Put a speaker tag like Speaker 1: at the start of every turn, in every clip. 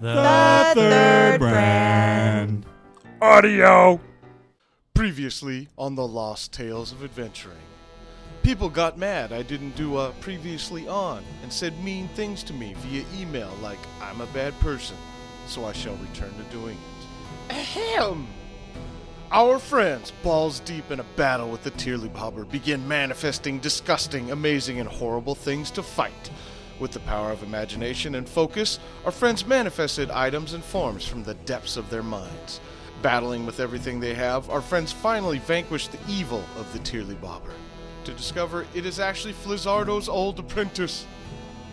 Speaker 1: The,
Speaker 2: brand.
Speaker 3: Audio.
Speaker 4: Previously on the Lost Tales of Adventuring. People got mad I didn't do a previously on and said mean things to me via email like I'm a bad person, so I shall return to doing it. Ahem! Our friends, balls deep in a battle with the Tierliebhaber, begin manifesting disgusting, amazing, and horrible things to fight. With the power of imagination and focus, our friends manifested items and forms from the depths of their minds. Battling with everything they have, our friends finally vanquish the evil of the Tierliebhaber. To discover it is actually Flizzardo's old apprentice.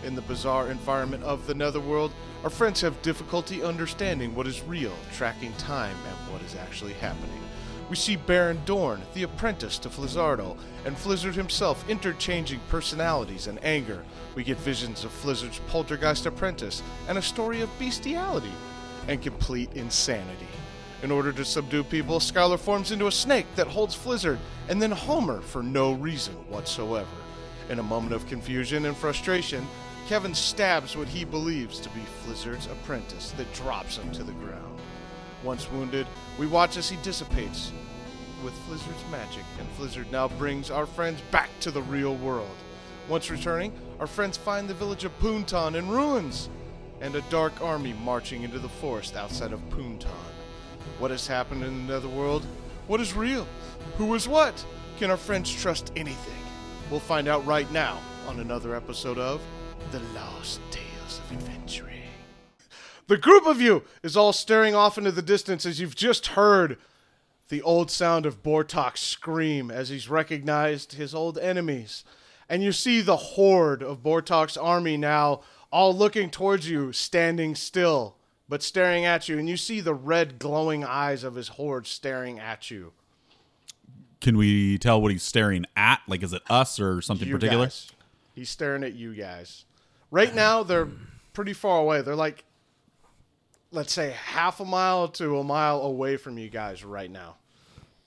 Speaker 4: In the bizarre environment of the Netherworld, our friends have difficulty understanding what is real, tracking time, and what is actually happening. We see Baron Dorn, the apprentice to Flizzardo, and Flizzard himself interchanging personalities and anger. We get visions of Flizzard's poltergeist apprentice and a story of bestiality and complete insanity. In order to subdue people, Skylar forms into a snake that holds Flizzard and then Homer for no reason whatsoever. In a moment of confusion and frustration, Kevin stabs what he believes to be Flizzard's apprentice that drops him to the ground. Once wounded, we watch as he dissipates with Flizzard's magic, and Flizzard now brings our friends back to the real world. Once returning, our friends find the village of Poonton in ruins and a dark army marching into the forest outside of Poonton. What has happened in the netherworld? What is real? Who is what? Can our friends trust anything? We'll find out right now on another episode of The Lost Tales of Adventuring. The group of you is all staring off into the distance as you've just heard the old sound of Bortok's scream as he's recognized his old enemies. And you see the horde of Bortok's army now all looking towards you, standing still, but staring at you. And you see the red glowing eyes of his horde staring at you.
Speaker 2: Can we tell what he's staring at? Like, is it us or something
Speaker 4: you
Speaker 2: particular?
Speaker 4: guys. He's staring at you guys. Right now, they're pretty far away. They're like, let's say, half a mile to a mile away from you guys right now.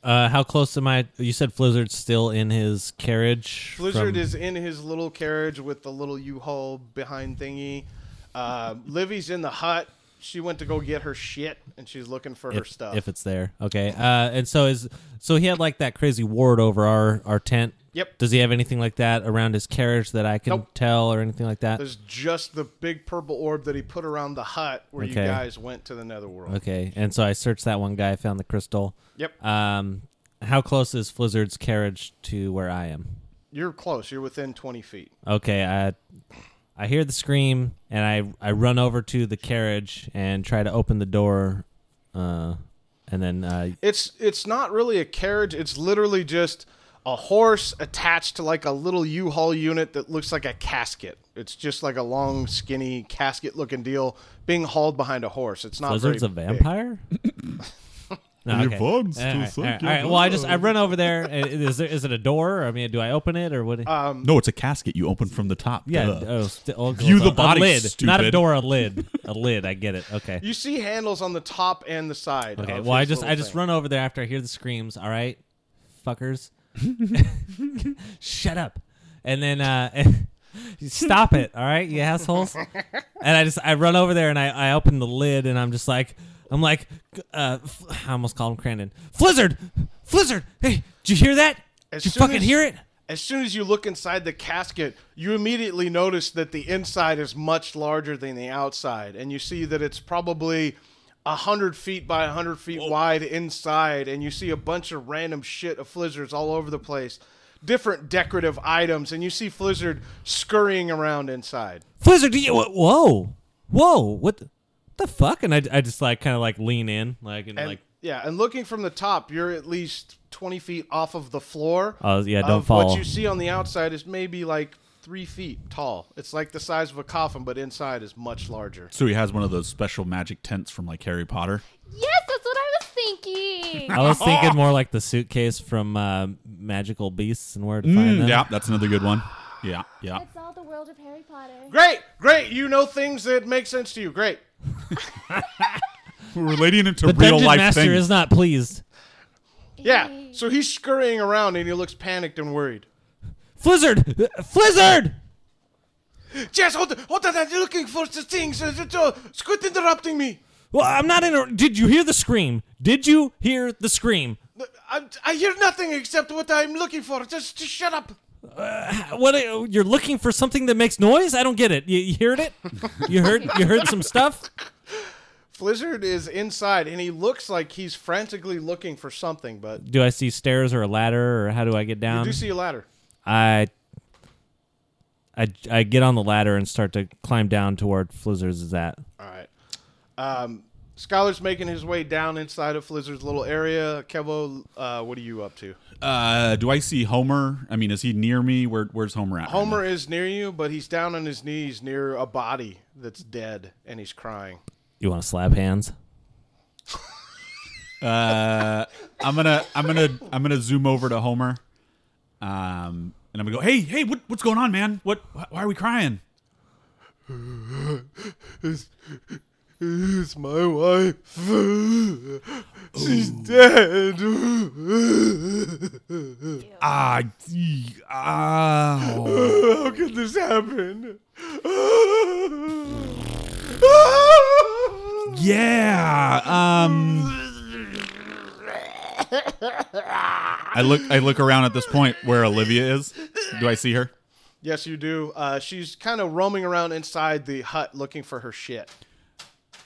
Speaker 1: Uh, how close am I? You said Flizzard's still in his carriage.
Speaker 4: Blizzard
Speaker 1: from-
Speaker 4: is in his little carriage with the little U-Haul behind thingy. Uh, Livy's in the hut. She went to go get her shit, and she's looking for her
Speaker 1: if,
Speaker 4: stuff.
Speaker 1: if it's there. Okay. Uh, and so is so he had like that crazy ward over our our tent.
Speaker 4: Yep.
Speaker 1: Does he have anything like that around his carriage that I can
Speaker 4: Nope.
Speaker 1: tell or anything like that?
Speaker 4: There's just the big purple orb that he put around the hut where you
Speaker 1: Okay.
Speaker 4: guys went to the netherworld.
Speaker 1: okay. And so I searched that one guy, found the crystal.
Speaker 4: Yep.
Speaker 1: Um, how close is Flizzard's carriage to where I am?
Speaker 4: You're close. You're within 20 feet.
Speaker 1: Okay, I I hear the scream and I I run over to the carriage and try to open the door, uh, and then uh,
Speaker 4: It's it's not really a carriage. It's literally just a horse attached to like a little U-Haul unit that looks like a casket. It's just like a long, skinny casket-looking deal being hauled behind a horse. It's not.
Speaker 1: Blizzard's a
Speaker 4: very big.
Speaker 1: vampire. No,
Speaker 2: Your bones to
Speaker 1: All right,
Speaker 2: suck
Speaker 1: all right,
Speaker 2: your
Speaker 1: all right. Well, I just I run over there. I- Is there is it a door? I mean, do I open it or what?
Speaker 2: No, it's a casket you open from the top.
Speaker 1: yeah.
Speaker 2: Duh.
Speaker 1: Oh, st- oh,
Speaker 2: View
Speaker 1: a-
Speaker 2: the body,
Speaker 1: A lid, not a
Speaker 2: stupid.
Speaker 1: door. A lid. A lid. I get it. Okay.
Speaker 4: You see handles on the top and the side.
Speaker 1: Okay.
Speaker 4: of
Speaker 1: Well, I
Speaker 4: his
Speaker 1: just
Speaker 4: little
Speaker 1: I just
Speaker 4: thing.
Speaker 1: run over there after I hear the screams. All right, fuckers, shut up, and then uh, stop it. All right, you assholes. And I just I run over there and I I open the lid and I'm just like I'm like uh, f- I almost called him Crandon. Flizzard, Flizzard. Hey, did you hear that?
Speaker 4: As
Speaker 1: did you
Speaker 4: soon
Speaker 1: fucking
Speaker 4: as-
Speaker 1: hear it?
Speaker 4: As soon as you look inside the casket, you immediately notice that the inside is much larger than the outside, and you see that it's probably a hundred feet by a hundred feet wide inside, and you see a bunch of random shit of Flizzards all over the place, different decorative items, and you see Flizzard scurrying around inside.
Speaker 1: Flizzard, do you? wh- Whoa, whoa, what? the- The fuck, and I, I just like kind of like lean in, like and,
Speaker 4: And
Speaker 1: like
Speaker 4: yeah, and looking from the top, you're at least twenty feet off of the floor.
Speaker 1: Oh, yeah, don't
Speaker 4: of
Speaker 1: fall.
Speaker 4: What you see on the outside is maybe like three feet tall. It's like the size of a coffin, but inside is much larger.
Speaker 2: So he has one of those special magic tents from like Harry Potter.
Speaker 5: Yes, that's what I was thinking.
Speaker 1: I was thinking more like the suitcase from uh, Magical Beasts and Where to Find Them.
Speaker 2: Mm, Yeah, that's another good one. Yeah, yeah.
Speaker 5: It's all the world of Harry Potter.
Speaker 4: Great, great. You know things that make sense to you. Great.
Speaker 2: We're relating it to
Speaker 1: The
Speaker 2: real
Speaker 1: Dungeon
Speaker 2: life
Speaker 1: Master
Speaker 2: things.
Speaker 1: is not pleased.
Speaker 4: Yeah. So he's scurrying around and he looks panicked and worried.
Speaker 1: Flizzard! Flizzard!
Speaker 4: Jess, hold, hold on. I'm looking for the things. Uh, uh, Squid interrupting me.
Speaker 1: Well, I'm not in. Did you hear the scream? Did you hear the scream?
Speaker 4: I, I hear nothing except what I'm looking for. Just, just shut up.
Speaker 1: What uh, you're looking for something that makes noise? I don't get it. You, you heard it? You heard you heard some stuff?
Speaker 4: Flizzard is inside, and he looks like he's frantically looking for something, but
Speaker 1: Do I see stairs or a ladder or how do I get
Speaker 4: you
Speaker 1: down?
Speaker 4: do see a ladder.
Speaker 1: I, I I get on the ladder and start to climb down toward Flizzard's is at.
Speaker 4: All right. Um, Scholar's making his way down inside of Flizzard's little area. Kevo, uh, what are you up to?
Speaker 2: Uh, do I see Homer? I mean, is he near me? Where Where's Homer at? right
Speaker 4: Homer
Speaker 2: now?
Speaker 4: is near you, but he's down on his knees near a body that's dead, and he's crying.
Speaker 1: You want to slap hands?
Speaker 2: I'm gonna I'm gonna I'm gonna zoom over to Homer. Um, and I'm gonna go. Hey, hey, what, what's going on, man? What? wh- Why are we crying?
Speaker 4: It's my wife. She's dead.
Speaker 2: Ah, gee, ah.
Speaker 4: How could this happen?
Speaker 2: Yeah. Um I look I look around at this point where Olivia is. Do I see her?
Speaker 4: Yes, you do. Uh, she's kind of roaming around inside the hut looking for her shit.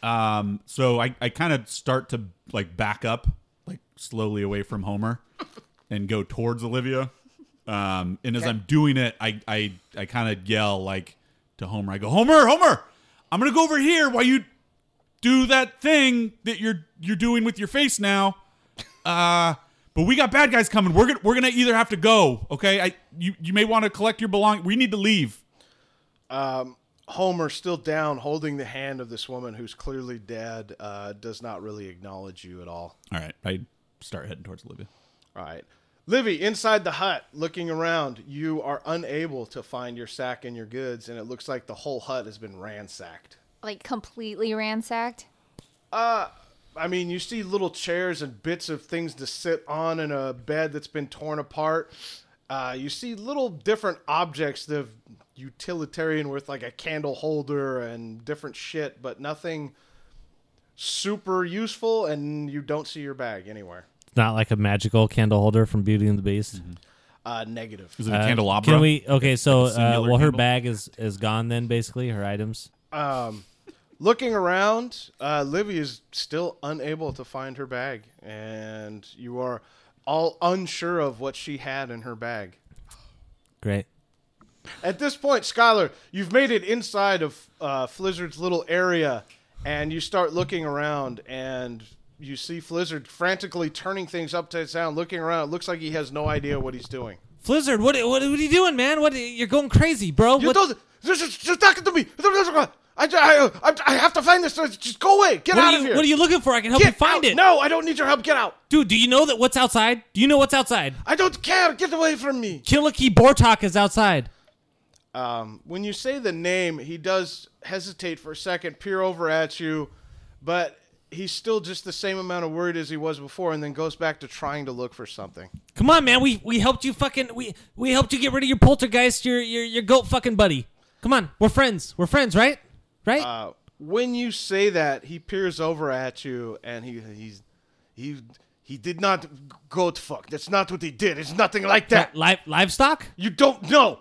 Speaker 2: Um so I, I kind of start to like back up like slowly away from Homer and go towards Olivia. Um and as I'm doing it, I I I kind of yell like to Homer. I go, "Homer, Homer, I'm going to go over here while you do that thing that you're you're doing with your face now." Uh, But we got bad guys coming. We're gonna we're gonna either have to go. Okay, I you you may want to collect your belong. We need to leave.
Speaker 4: Homer, still down, holding the hand of this woman who's clearly dead, uh, does not really acknowledge you at all.
Speaker 2: All right, I start heading towards Olivia.
Speaker 4: All right. Livy, inside the hut, looking around, you are unable to find your sack and your goods, and it looks like the whole hut has been ransacked.
Speaker 5: Like completely ransacked.
Speaker 4: I mean, you see little chairs and bits of things to sit on and a bed that's been torn apart. Uh, you see little different objects that have utilitarian with like a candle holder and different shit, but nothing super useful, and you don't see your bag anywhere.
Speaker 1: It's not like a magical candle holder from Beauty and the Beast.
Speaker 4: Uh, negative.
Speaker 2: Is it a candelabra?
Speaker 1: Can we? Okay, so
Speaker 2: Like a
Speaker 1: uh,
Speaker 2: singular
Speaker 1: well, her
Speaker 2: candle?
Speaker 1: bag is is gone then. Basically, her items.
Speaker 4: Looking around, uh, Livy is still unable to find her bag, and you are all unsure of what she had in her bag.
Speaker 1: Great.
Speaker 4: At this point, Skylar, you've made it inside of uh, Flizzard's little area, and you start looking around, and you see Flizzard frantically turning things upside down, looking around. It looks like he has no idea what he's doing.
Speaker 1: Flizzard, what what, what are you doing, man? What you're going crazy, bro?
Speaker 4: You
Speaker 1: what,
Speaker 4: don't. Just, just- just talk to me. I, I, I, I have to find this. Just go away. Get
Speaker 1: what
Speaker 4: out
Speaker 1: are
Speaker 4: of
Speaker 1: you,
Speaker 4: here.
Speaker 1: What are you looking for? I can help
Speaker 4: Get
Speaker 1: you find
Speaker 4: out.
Speaker 1: it.
Speaker 4: No, I don't need your help. Get out.
Speaker 1: Dude, do you know that what's outside? Do you know what's outside?
Speaker 4: I don't care. Get away from me.
Speaker 1: Kiliki Bortok is outside.
Speaker 4: Um, when you say the name, he does hesitate for a second, peer over at you, but he's still just the same amount of worried as he was before, and then goes back to trying to look for something.
Speaker 1: Come on, man. We we helped you fucking we we helped you get rid of your poltergeist, your your your goat fucking buddy. Come on, we're friends. We're friends, right? Right?
Speaker 4: Uh, when you say that, he peers over at you, and he he's he he did not goat fuck. That's not what he did. It's nothing like that.
Speaker 1: Li- livestock?
Speaker 4: You don't know.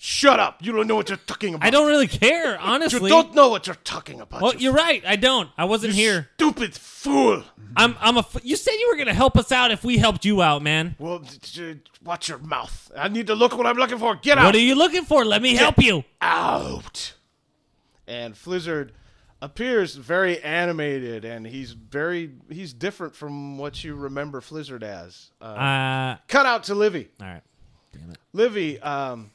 Speaker 4: Shut up. You don't know what you're talking about.
Speaker 1: I don't really care,
Speaker 4: You
Speaker 1: honestly.
Speaker 4: don't know what you're talking about.
Speaker 1: Well,
Speaker 4: you
Speaker 1: you're right. I don't. I wasn't here.
Speaker 4: Stupid fool.
Speaker 1: I'm. I'm a. F- you said you were gonna help us out if we helped you out, man.
Speaker 4: Well, d- d- watch your mouth. I need to look what I'm looking for. Get out.
Speaker 1: What are you looking for? Let me help you.
Speaker 4: out. And Flizzard appears very animated, and he's very he's different from what you remember Flizzard as. Uh,
Speaker 1: Uh.
Speaker 4: cut out to Livy.
Speaker 1: All right.
Speaker 4: Livy, um,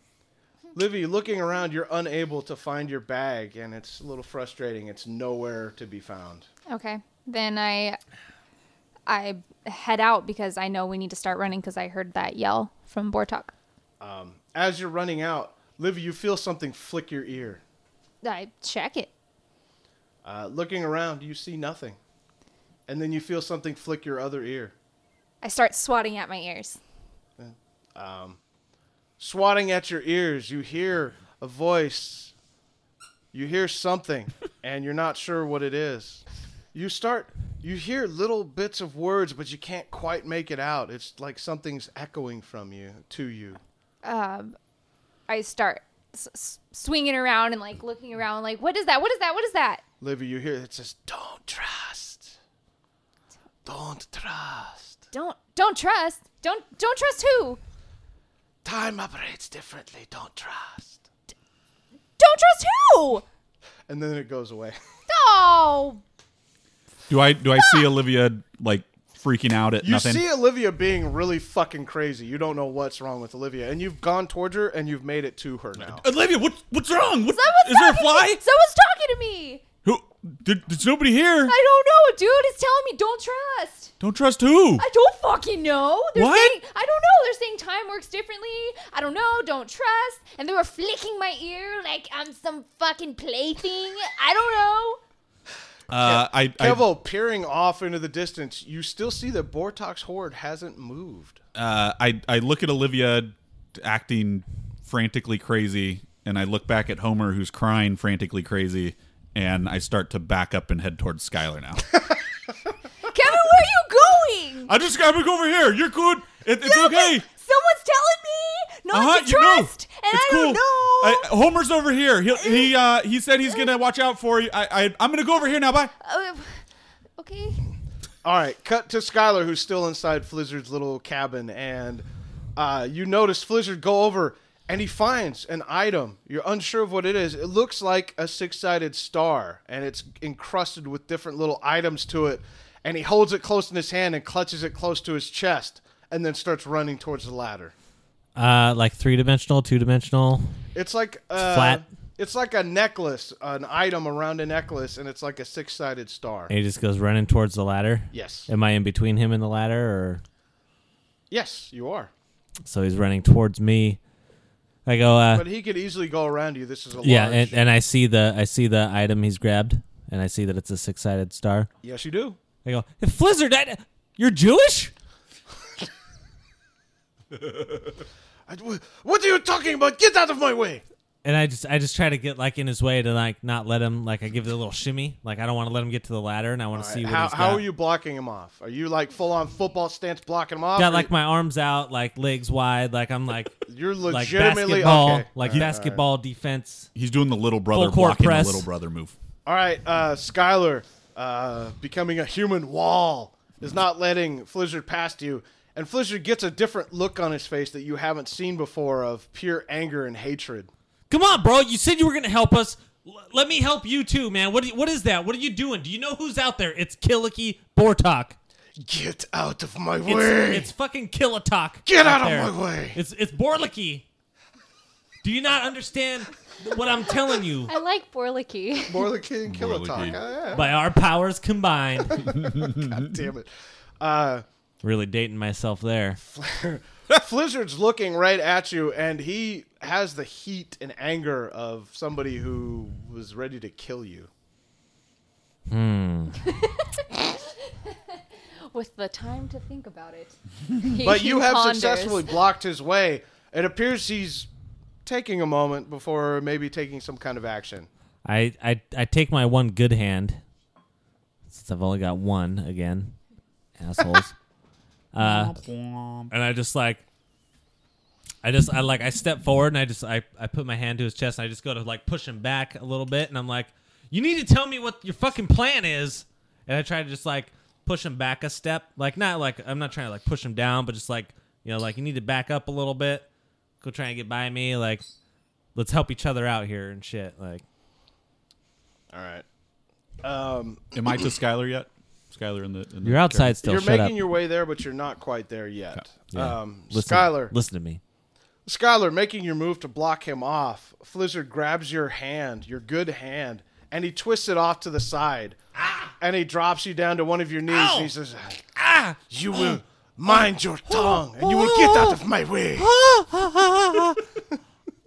Speaker 4: Livy, looking around, you're unable to find your bag, and it's a little frustrating. It's nowhere to be found.
Speaker 5: Okay. Then I I head out because I know we need to start running because I heard that yell from Bortok.
Speaker 4: As you're running out, Livy, you feel something flick your ear.
Speaker 5: I check it.
Speaker 4: Uh, looking around, you see nothing, and then you feel something flick your other ear.
Speaker 5: I start swatting at my ears.
Speaker 4: swatting at your ears, you hear a voice You hear something and you're not sure what it is. You start you hear little bits of words but you can't quite make it out. It's like something's echoing from you to you.
Speaker 5: I start s- s- swinging around and like looking around, like, what is that? What is that? What is that?
Speaker 4: Livy, you hear it says don't trust. Don't trust.
Speaker 5: Don't don't trust. Don't don't trust who?
Speaker 4: Time operates differently. Don't trust.
Speaker 5: Don't trust who?
Speaker 4: And then it goes away.
Speaker 5: Oh,
Speaker 2: Do I do I see Olivia like freaking out at
Speaker 4: You
Speaker 2: nothing?
Speaker 4: see Olivia being really fucking crazy. You don't know what's wrong with Olivia, and you've gone towards her and you've made it to her now.
Speaker 2: Olivia, what what's wrong? What,
Speaker 5: someone's
Speaker 2: is there a
Speaker 5: talking To me.
Speaker 2: fly?
Speaker 5: Someone's talking to me.
Speaker 2: Who? There, there's nobody here.
Speaker 5: I don't know, dude. It's telling me don't trust.
Speaker 2: Don't trust who.
Speaker 5: I don't fucking know. They're
Speaker 2: What?
Speaker 5: Saying, I don't know. They're saying time works differently. I don't know. Don't trust. And they were flicking my ear like I'm some fucking plaything. I don't know.
Speaker 2: uh, I, I
Speaker 4: Kevo peering off into the distance, you still see that Bortok's horde hasn't moved.
Speaker 2: uh, I I look at Olivia acting frantically crazy, and I look back at Homer who's crying frantically crazy, and I start to back up and head towards Skylar now.
Speaker 5: Kevin, where are you going?
Speaker 2: I just gotta look over here. You're good. It, it's
Speaker 5: No, 'cause
Speaker 2: okay.
Speaker 5: Someone's telling me not
Speaker 2: Uh-huh,
Speaker 5: to
Speaker 2: you know.
Speaker 5: trust, and
Speaker 2: it's
Speaker 5: I
Speaker 2: cool.
Speaker 5: don't know.
Speaker 2: I- Homer's over here. He he uh, he said he's gonna watch out for you. I, I I'm gonna go over here now. Bye.
Speaker 5: Uh, okay.
Speaker 4: All right, cut to Skylar, who's still inside Flizzard's little cabin, and uh, you notice Flizzard go over and he finds an item. You're unsure of what it is. It looks like a six sided star, and it's encrusted with different little items to it. And he holds it close in his hand and clutches it close to his chest, and then starts running towards the ladder.
Speaker 1: Uh, like three dimensional, two dimensional.
Speaker 4: It's like uh,
Speaker 1: flat.
Speaker 4: It's like a necklace, an item around a necklace, and it's like a six sided star.
Speaker 1: And he just goes running towards the ladder.
Speaker 4: Yes.
Speaker 1: Am I in between him and the ladder, or
Speaker 4: Yes, you are.
Speaker 1: so he's running towards me? I go. Uh,
Speaker 4: But he could easily go around you. This is a large.
Speaker 1: yeah, and, and I see the I see the item he's grabbed, and I see that it's a six sided star.
Speaker 4: yes, you do.
Speaker 1: I go, hey, Flizzard, I, you're Jewish?
Speaker 4: I- wh- What are you talking about? Get out of my way!
Speaker 1: And I just I just try to get like in his way to like not let him like I give it a little shimmy like I don't want to let him get to the ladder and I want to see what
Speaker 4: how
Speaker 1: he's
Speaker 4: how
Speaker 1: got.
Speaker 4: are you blocking him off? Are you like full on football stance blocking him off?
Speaker 1: got
Speaker 4: or
Speaker 1: like my arms out like legs wide like I'm like
Speaker 4: you're
Speaker 1: like
Speaker 4: legitimately
Speaker 1: basketball
Speaker 4: okay.
Speaker 1: like
Speaker 4: All right, all right.
Speaker 1: basketball defense.
Speaker 2: He's doing the little brother
Speaker 1: Full court
Speaker 2: blocking
Speaker 1: press.
Speaker 2: the little brother move.
Speaker 4: All right, uh, Skylar, uh, becoming a human wall is not letting Flizzard past you, and Flizzard gets a different look on his face that you haven't seen before of pure anger and hatred.
Speaker 1: Come on, bro, you said you were gonna help us. L- let me help you too, man. What do you- what is that? What are you doing? Do you know who's out there? It's Killicky Bortok.
Speaker 4: Get out of my
Speaker 1: It's,
Speaker 4: way!
Speaker 1: it's fucking Killatok.
Speaker 4: Get out
Speaker 1: out
Speaker 4: of
Speaker 1: there.
Speaker 4: my way.
Speaker 1: It's it's Borlicky. Do you not understand what I'm telling you?
Speaker 5: I like Borlicky.
Speaker 4: More the King Killer
Speaker 2: More the
Speaker 4: talk.
Speaker 2: king.
Speaker 4: Ah,
Speaker 1: By our powers combined,
Speaker 4: damn it. Uh,
Speaker 1: really dating myself there.
Speaker 4: Flizzard's looking right at you, and he has the heat and anger of somebody who was ready to kill you.
Speaker 5: With the time to think about it.
Speaker 4: But you have
Speaker 5: Ponders.
Speaker 4: successfully blocked his way. It appears he's taking a moment before maybe taking some kind of action.
Speaker 1: I I I take my one good hand since I've only got one again, assholes. Uh, and I just like I just I like I step forward and I just I, I put my hand to his chest and I just go to like push him back a little bit and I'm like, You need to tell me what your fucking plan is and I try to just like push him back a step. Like not like I'm not trying to like push him down, but just like you know, like you need to back up a little bit, go try and get by me, like let's help each other out here and shit. Like
Speaker 4: All right. Um,
Speaker 2: Am I to Skylar yet? Skylar in the. In the
Speaker 1: you're outside still,
Speaker 4: you're
Speaker 1: shut
Speaker 4: making
Speaker 1: up.
Speaker 4: your way there, but you're not quite there yet.
Speaker 1: Yeah.
Speaker 4: Um,
Speaker 1: listen,
Speaker 4: Skylar,
Speaker 1: Listen to me.
Speaker 4: Skylar, making your move to block him off, Flizzard grabs your hand, your good hand, and he twists it off to the side. And he drops you down to one of your knees and he says,
Speaker 1: Ah
Speaker 4: You will mind your tongue and you will get out of my way.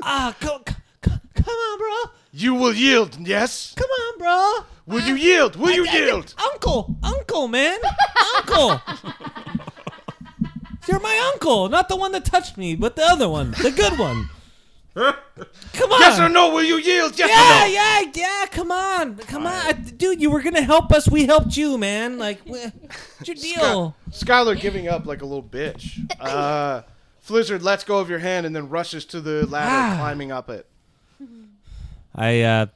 Speaker 1: ah come, come, come on, bro.
Speaker 4: You will yield, yes?
Speaker 1: Come on, bro.
Speaker 4: Will you yield? Will you yield?
Speaker 1: Uncle, uncle, man, uncle. You're my uncle, not the one that touched me, but the other one, the good one. Come on.
Speaker 4: Yes or no? Will you yield? Yes
Speaker 1: yeah,
Speaker 4: or no?
Speaker 1: yeah, yeah. Come on, come on, dude. You were gonna help us. We helped you, man. Like, wh- what's your deal?
Speaker 4: Skylar giving up like a little bitch. Uh, Flizzard lets go of your hand and then rushes to the ladder,
Speaker 1: Ah.
Speaker 4: climbing up it.
Speaker 1: I uh,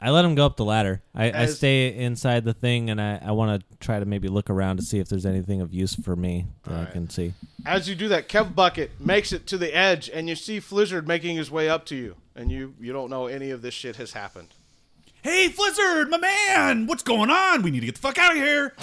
Speaker 1: I let him go up the ladder. I, I
Speaker 4: As-
Speaker 1: stay inside the thing, and I, I want to try to maybe look around to see if there's anything of use for me that I
Speaker 4: Alright.
Speaker 1: can see.
Speaker 4: As you do that, Kev Bucket makes it to the edge, and you see Flizzard making his way up to you, and you you don't know any of this shit has happened.
Speaker 2: Hey, Flizzard, my man, what's going on? We need to get the fuck out of here.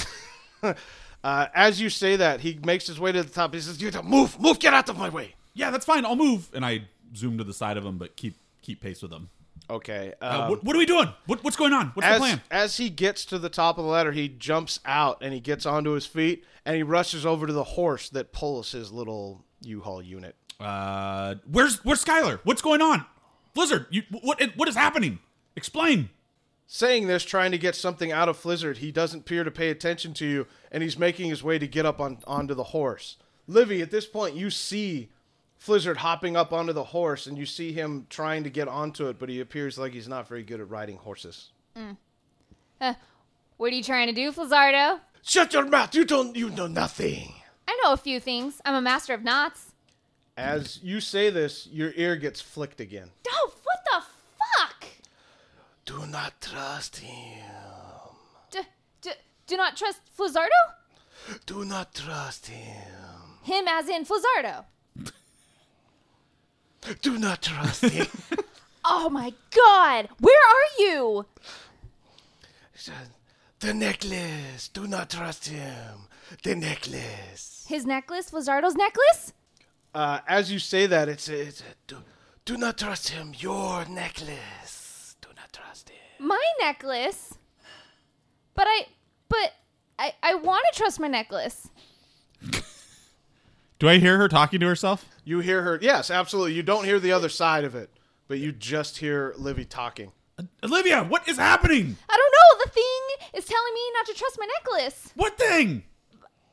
Speaker 4: Uh, as you say that, he makes his way to the top. He says, "You don't move, move, get out of my way."
Speaker 2: yeah, that's fine. I'll move. And I zoom to the side of him, but keep keep pace with him.
Speaker 4: Okay.
Speaker 2: Uh,
Speaker 4: um,
Speaker 2: what, what are we doing? What, what's going on? What's the
Speaker 4: as,
Speaker 2: plan?
Speaker 4: as he gets to the top of the ladder, he jumps out and he gets onto his feet and he rushes over to the horse that pulls his little U-Haul unit.
Speaker 2: Uh, where's where's Skylar? What's going on? Blizzard, you what what is happening? Explain.
Speaker 4: Saying this, trying to get something out of Flizzard, he doesn't appear to pay attention to you, and he's making his way to get up on, onto the horse. Livy, at this point, you see Flizzard hopping up onto the horse, and you see him trying to get onto it, but he appears like he's not very good at riding horses.
Speaker 5: What are you trying to do, Flizzardo?
Speaker 4: Shut your mouth! You don't. You know nothing.
Speaker 5: I know a few things. I'm a master of knots.
Speaker 4: As you say this, your ear gets flicked again.
Speaker 5: Oh, what the fuck?
Speaker 4: Do not trust him.
Speaker 5: D- d- do not trust Flizzardo?
Speaker 4: Do not trust him.
Speaker 5: Him as in Flizzardo.
Speaker 4: Do not trust him.
Speaker 5: Oh my god, where are you?
Speaker 4: the necklace. Do not trust him. The necklace.
Speaker 5: His necklace, Flizzardo's necklace?
Speaker 4: Uh, as you say that, it's a, it's a- do, do not trust him. Your necklace. Do not trust him.
Speaker 5: My necklace? But I, but I, I want to trust my necklace.
Speaker 2: Do I hear her talking to herself?
Speaker 4: You hear her? Yes, absolutely. You don't hear the other side of it, but you just hear Livy talking.
Speaker 2: Olivia, what is happening?
Speaker 5: I don't know, the thing is telling me not to trust my necklace.
Speaker 2: What thing?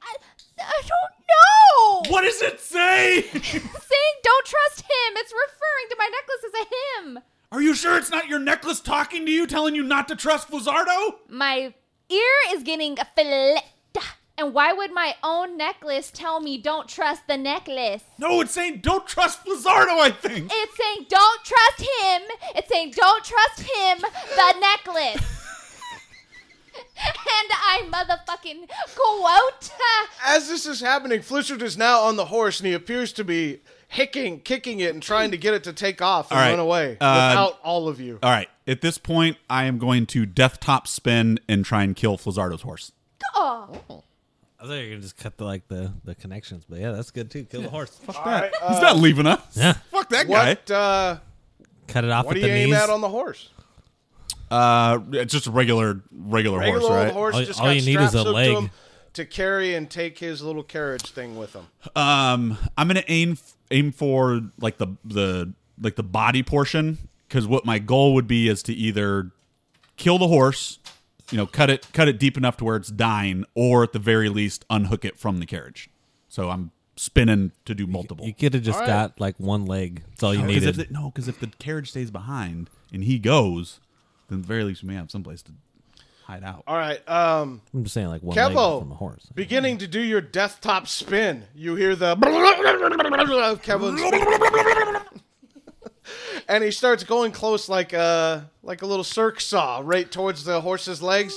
Speaker 5: I, I don't know!
Speaker 2: What does it say?
Speaker 5: Saying don't trust him, it's referring to my necklace as a him.
Speaker 2: Are you sure it's not your necklace talking to you, telling you not to trust Flizzardo?
Speaker 5: My ear is getting flipped. And why would my own necklace tell me don't trust the necklace?
Speaker 2: No, it's saying don't trust Flizzardo, I think.
Speaker 5: It's saying don't trust him. It's saying don't trust him, the necklace. and I motherfucking quote. uh,
Speaker 4: As this is happening, Flizzard is now on the horse, and he appears to be hicking, kicking it, and trying to get it to take off and
Speaker 2: All right,
Speaker 4: run away
Speaker 2: uh,
Speaker 4: without all of you.
Speaker 2: All right, at this point, I am going to death top spin and try and kill Flizzardo's horse.
Speaker 5: Oh,
Speaker 1: I thought you were gonna just cut the like the, the connections, but yeah, that's good too. Kill the horse.
Speaker 2: Fuck that. He's not leaving us.
Speaker 1: Yeah.
Speaker 2: Fuck that guy.
Speaker 4: What uh,
Speaker 1: Cut it off
Speaker 4: what do
Speaker 1: at the
Speaker 4: you aim
Speaker 1: knees.
Speaker 4: at on the horse?
Speaker 2: Uh, it's just a regular, regular,
Speaker 4: Regular
Speaker 2: horse,
Speaker 4: old
Speaker 2: right?
Speaker 4: horse
Speaker 1: All-
Speaker 4: just
Speaker 1: all
Speaker 4: got
Speaker 1: you need
Speaker 4: straps
Speaker 1: is a
Speaker 4: up
Speaker 1: leg.
Speaker 4: to him to carry and take his little carriage thing with him.
Speaker 2: Um, I'm gonna aim aim for like the the like the body portion because what my goal would be is to either kill the horse, you know, cut it cut it deep enough to where it's dying, or at the very least unhook it from the carriage. So I'm spinning to do multiple.
Speaker 1: You could have just
Speaker 4: All right.
Speaker 1: got like one leg. That's all you
Speaker 2: 'Cause if
Speaker 1: needed.
Speaker 2: the, no, because if the carriage stays behind and he goes, then at the very least we may have someplace to hide out.
Speaker 4: All right, um,
Speaker 1: I'm just saying, like one leg
Speaker 4: Kevo,
Speaker 1: from a horse.
Speaker 4: beginning to do your death top spin. You hear the Kevo, and he starts going close like a like a little circ saw right towards the horse's legs,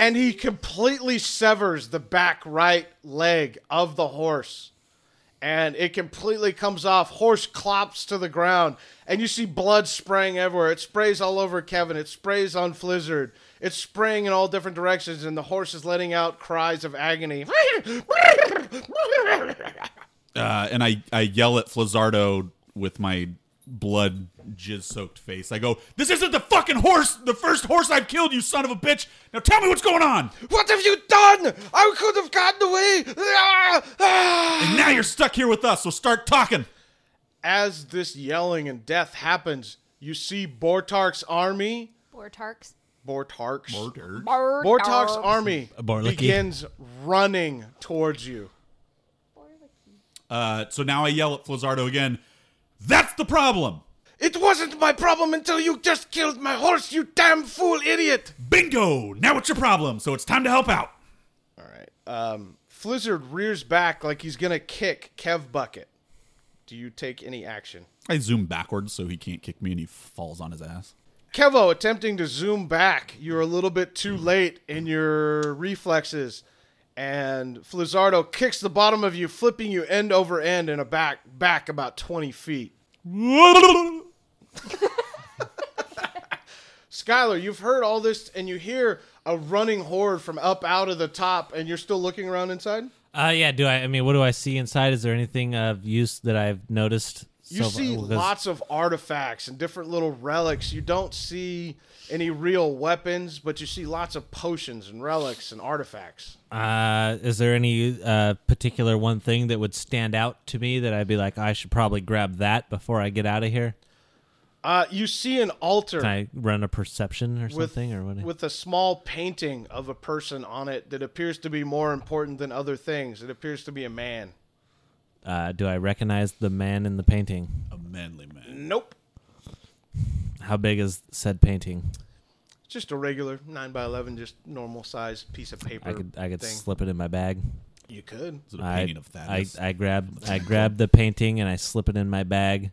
Speaker 4: and he completely severs the back right leg of the horse. and it completely comes off. Horse clops to the ground, and you see blood spraying everywhere. It sprays all over Kevin. It sprays on Flizzard. It's spraying in all different directions, and the horse is letting out cries of agony.
Speaker 2: uh, and I, I yell at Flizzardo with my blood jizz soaked face. I go, This isn't the fucking horse, the first horse I've killed, you son of a bitch. Now tell me what's going on.
Speaker 4: What have you done? I could have gotten away. Ah! Ah!
Speaker 2: And now you're stuck here with us, so start talking.
Speaker 4: As this yelling and death happens, you see Bortark's army.
Speaker 5: Bortarks.
Speaker 4: Bortark's.
Speaker 5: Bortarks.
Speaker 4: Bortark's army
Speaker 1: Borlicky.
Speaker 4: begins running towards you.
Speaker 2: Uh, so now I yell at Flizzardo again. That's the problem.
Speaker 4: It wasn't my problem until you just killed my horse, you damn fool idiot!
Speaker 2: Bingo! Now it's your problem. So it's time to help out.
Speaker 4: All right. Um, Flizzard rears back like he's gonna kick Kev Bucket. Do you take any action?
Speaker 2: I zoom backwards so he can't kick me and he falls on his ass.
Speaker 4: Kevo attempting to zoom back. You're a little bit too late in your reflexes. And Flizzardo kicks the bottom of you, flipping you end over end and a back back about 20 feet. Skylar, you've heard all this and you hear a running horde from up out of the top and you're still looking around inside?
Speaker 1: Uh, yeah. Do I? I mean, what do I see inside? Is there anything of use that I've noticed?
Speaker 4: You
Speaker 1: so far?
Speaker 4: see
Speaker 1: Because-
Speaker 4: lots of artifacts and different little relics. You don't see any real weapons, but you see lots of potions and relics and artifacts.
Speaker 1: Uh, is there any uh, particular one thing that would stand out to me that I'd be like, I should probably grab that before I get out of here?
Speaker 4: Uh, you see an altar
Speaker 1: Can I run a perception or
Speaker 4: with,
Speaker 1: something or what?
Speaker 4: with a small painting of a person on it that appears to be more important than other things. It appears to be a man.
Speaker 1: uh, do I recognize the man in the painting?
Speaker 2: A manly man.
Speaker 4: Nope.
Speaker 1: How big is said painting?
Speaker 4: Just a regular 9 by 11 just normal size piece of paper.
Speaker 1: I could I could
Speaker 4: thing.
Speaker 1: slip it in my bag.
Speaker 4: You could.
Speaker 2: Is it a
Speaker 1: I
Speaker 2: painting of
Speaker 1: I,
Speaker 2: Thaddeus?
Speaker 1: I grab I grab the painting and I slip it in my bag.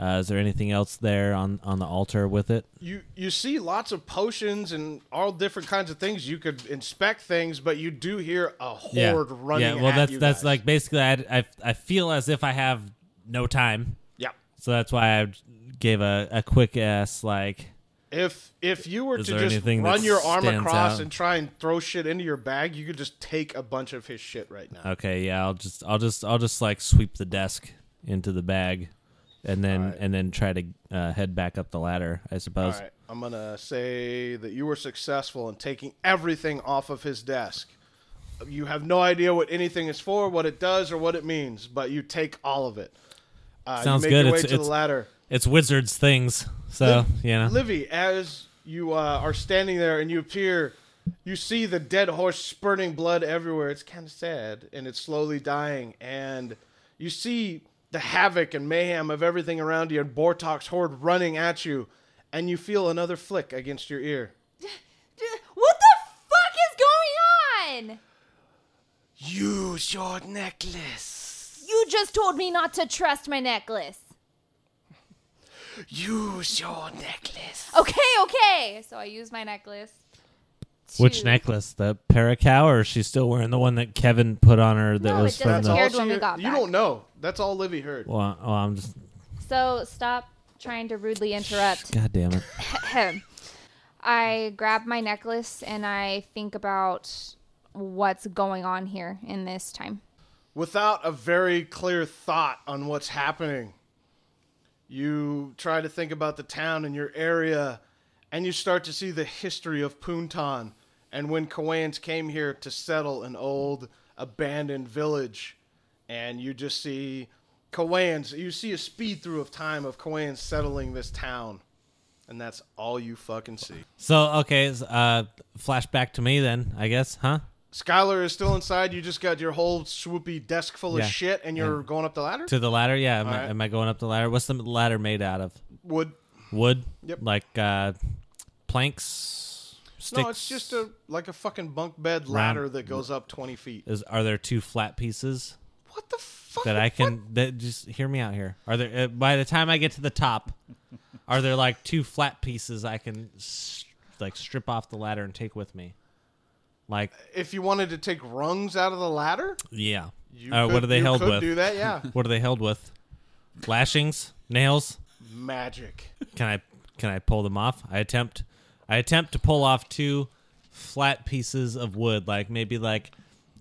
Speaker 1: Uh, is there anything else there on, on the altar with it?
Speaker 4: You you see lots of potions and all different kinds of things. You could inspect things, but you do hear a horde running.
Speaker 1: Yeah, well,
Speaker 4: at
Speaker 1: that's
Speaker 4: you
Speaker 1: that's
Speaker 4: guys.
Speaker 1: like basically I, I I feel as if I have no time,
Speaker 4: yeah.
Speaker 1: so that's why I gave a, a quick ass like
Speaker 4: If if you were
Speaker 1: Is
Speaker 4: to
Speaker 1: there
Speaker 4: just
Speaker 1: anything
Speaker 4: run
Speaker 1: that
Speaker 4: your arm
Speaker 1: stands
Speaker 4: across
Speaker 1: out?
Speaker 4: and try and throw shit into your bag, you could just take a bunch of his shit right now.
Speaker 1: okay yeah I'll just I'll just I'll just like sweep the desk into the bag, and then and then try to uh, head back up the ladder I
Speaker 4: All
Speaker 1: suppose.
Speaker 4: right, I'm gonna say that you were successful in taking everything off of his desk. You have no idea what anything is for, what it does, or what it means, but you take all of it. Uh,
Speaker 1: Sounds
Speaker 4: you make
Speaker 1: good.
Speaker 4: Your way
Speaker 1: It's-
Speaker 4: to
Speaker 1: it's-
Speaker 4: the ladder.
Speaker 1: It's wizards things, so you know.
Speaker 4: Livy, as you uh, are standing there and you appear, you see the dead horse spurting blood everywhere. It's kind of sad, and it's slowly dying. And you see the havoc and mayhem of everything around you, and Bortok's horde running at you, and you feel another flick against your ear.
Speaker 5: What the fuck is going on?
Speaker 4: Use your necklace.
Speaker 5: You just told me not to trust my necklace.
Speaker 4: Use your necklace.
Speaker 5: Okay, okay. So I use my necklace.
Speaker 1: Which
Speaker 5: to-
Speaker 1: necklace? The paracow, or is she still wearing the one that Kevin put on her that
Speaker 5: No,
Speaker 1: was
Speaker 5: it
Speaker 1: from
Speaker 5: doesn't
Speaker 1: the?
Speaker 5: care.
Speaker 4: all
Speaker 5: Scared when we
Speaker 4: she-
Speaker 5: got
Speaker 4: you
Speaker 5: back.
Speaker 4: don't know. That's all Livy heard.
Speaker 1: Well, well, I'm just.
Speaker 5: So stop trying to rudely interrupt.
Speaker 1: God damn it!
Speaker 5: I grab my necklace and I think about what's going on here in this time.
Speaker 4: without a very clear thought on what's happening. You try to think about the town and your area, and you start to see the history of Puntan and when Kawaiians came here to settle an old abandoned village. And you just see Kawaiians, you see a speed through of time of Kawaiians settling this town. And that's all you fucking see.
Speaker 1: So okay, s- uh, flashback to me then, I guess, huh?
Speaker 4: Skylar is still inside. You just got your whole swoopy desk full
Speaker 1: Yeah.
Speaker 4: of shit, and you're going up the ladder?
Speaker 1: To the ladder, yeah. Am, I,
Speaker 4: right.
Speaker 1: am I going up the ladder? What's the ladder made out of?
Speaker 4: Wood.
Speaker 1: Wood?
Speaker 4: Yep.
Speaker 1: Like uh, planks, sticks.
Speaker 4: No, it's just a like a fucking bunk bed
Speaker 1: Round-
Speaker 4: ladder that goes up twenty feet.
Speaker 1: Is are there two flat pieces
Speaker 4: What the fuck?
Speaker 1: that I can? That just hear me out here. Are there? Uh, by the time I get to the top, are there like two flat pieces I can s like strip off the ladder and take with me? Like
Speaker 4: If you wanted to take rungs out of the ladder,
Speaker 1: yeah.
Speaker 4: you
Speaker 1: Uh,
Speaker 4: could,
Speaker 1: what are they
Speaker 4: you
Speaker 1: held
Speaker 4: could
Speaker 1: with?
Speaker 4: Do that, yeah.
Speaker 1: What are they held with? Lashings, nails.
Speaker 4: Magic.
Speaker 1: Can I can I pull them off? I attempt I attempt to pull off two flat pieces of wood, like maybe like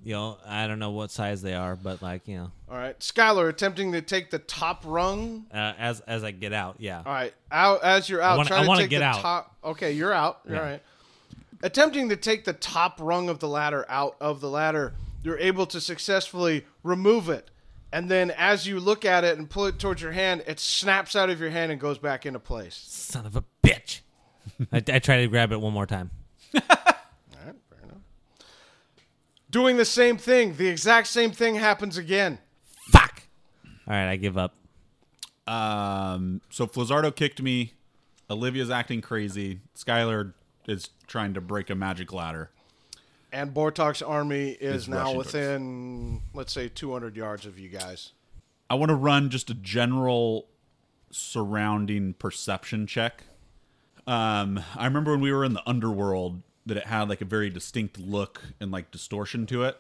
Speaker 1: you know, I don't know what size they are, but like, you know,
Speaker 4: All right, Skylar attempting to take the top rung.
Speaker 1: uh, as as I get out, yeah.
Speaker 4: All right, out as you're out,
Speaker 1: wanna-
Speaker 4: try
Speaker 1: I
Speaker 4: to
Speaker 1: wanna
Speaker 4: take
Speaker 1: get
Speaker 4: the
Speaker 1: out.
Speaker 4: top. Okay, you're out. You're All right. Attempting to take the top rung of the ladder out of the ladder, you're able to successfully remove it. And then as you look at it and pull it towards your hand, it snaps out of your hand and goes back into place.
Speaker 1: Son of a bitch. I, I try to grab it one more time.
Speaker 4: Doing the same thing, the exact same thing happens again.
Speaker 1: Fuck. All right, I give up.
Speaker 2: Um, so Flizzardo kicked me. Olivia's acting crazy. Skylar is trying to break a magic ladder.
Speaker 4: And Bortok's army is
Speaker 2: It's
Speaker 4: now
Speaker 2: rushing towards-
Speaker 4: within, let's say, 200 yards of you guys.
Speaker 2: I want to run just a general surrounding perception check. Um, I remember when we were in the underworld that it had like a very distinct look and like distortion to it.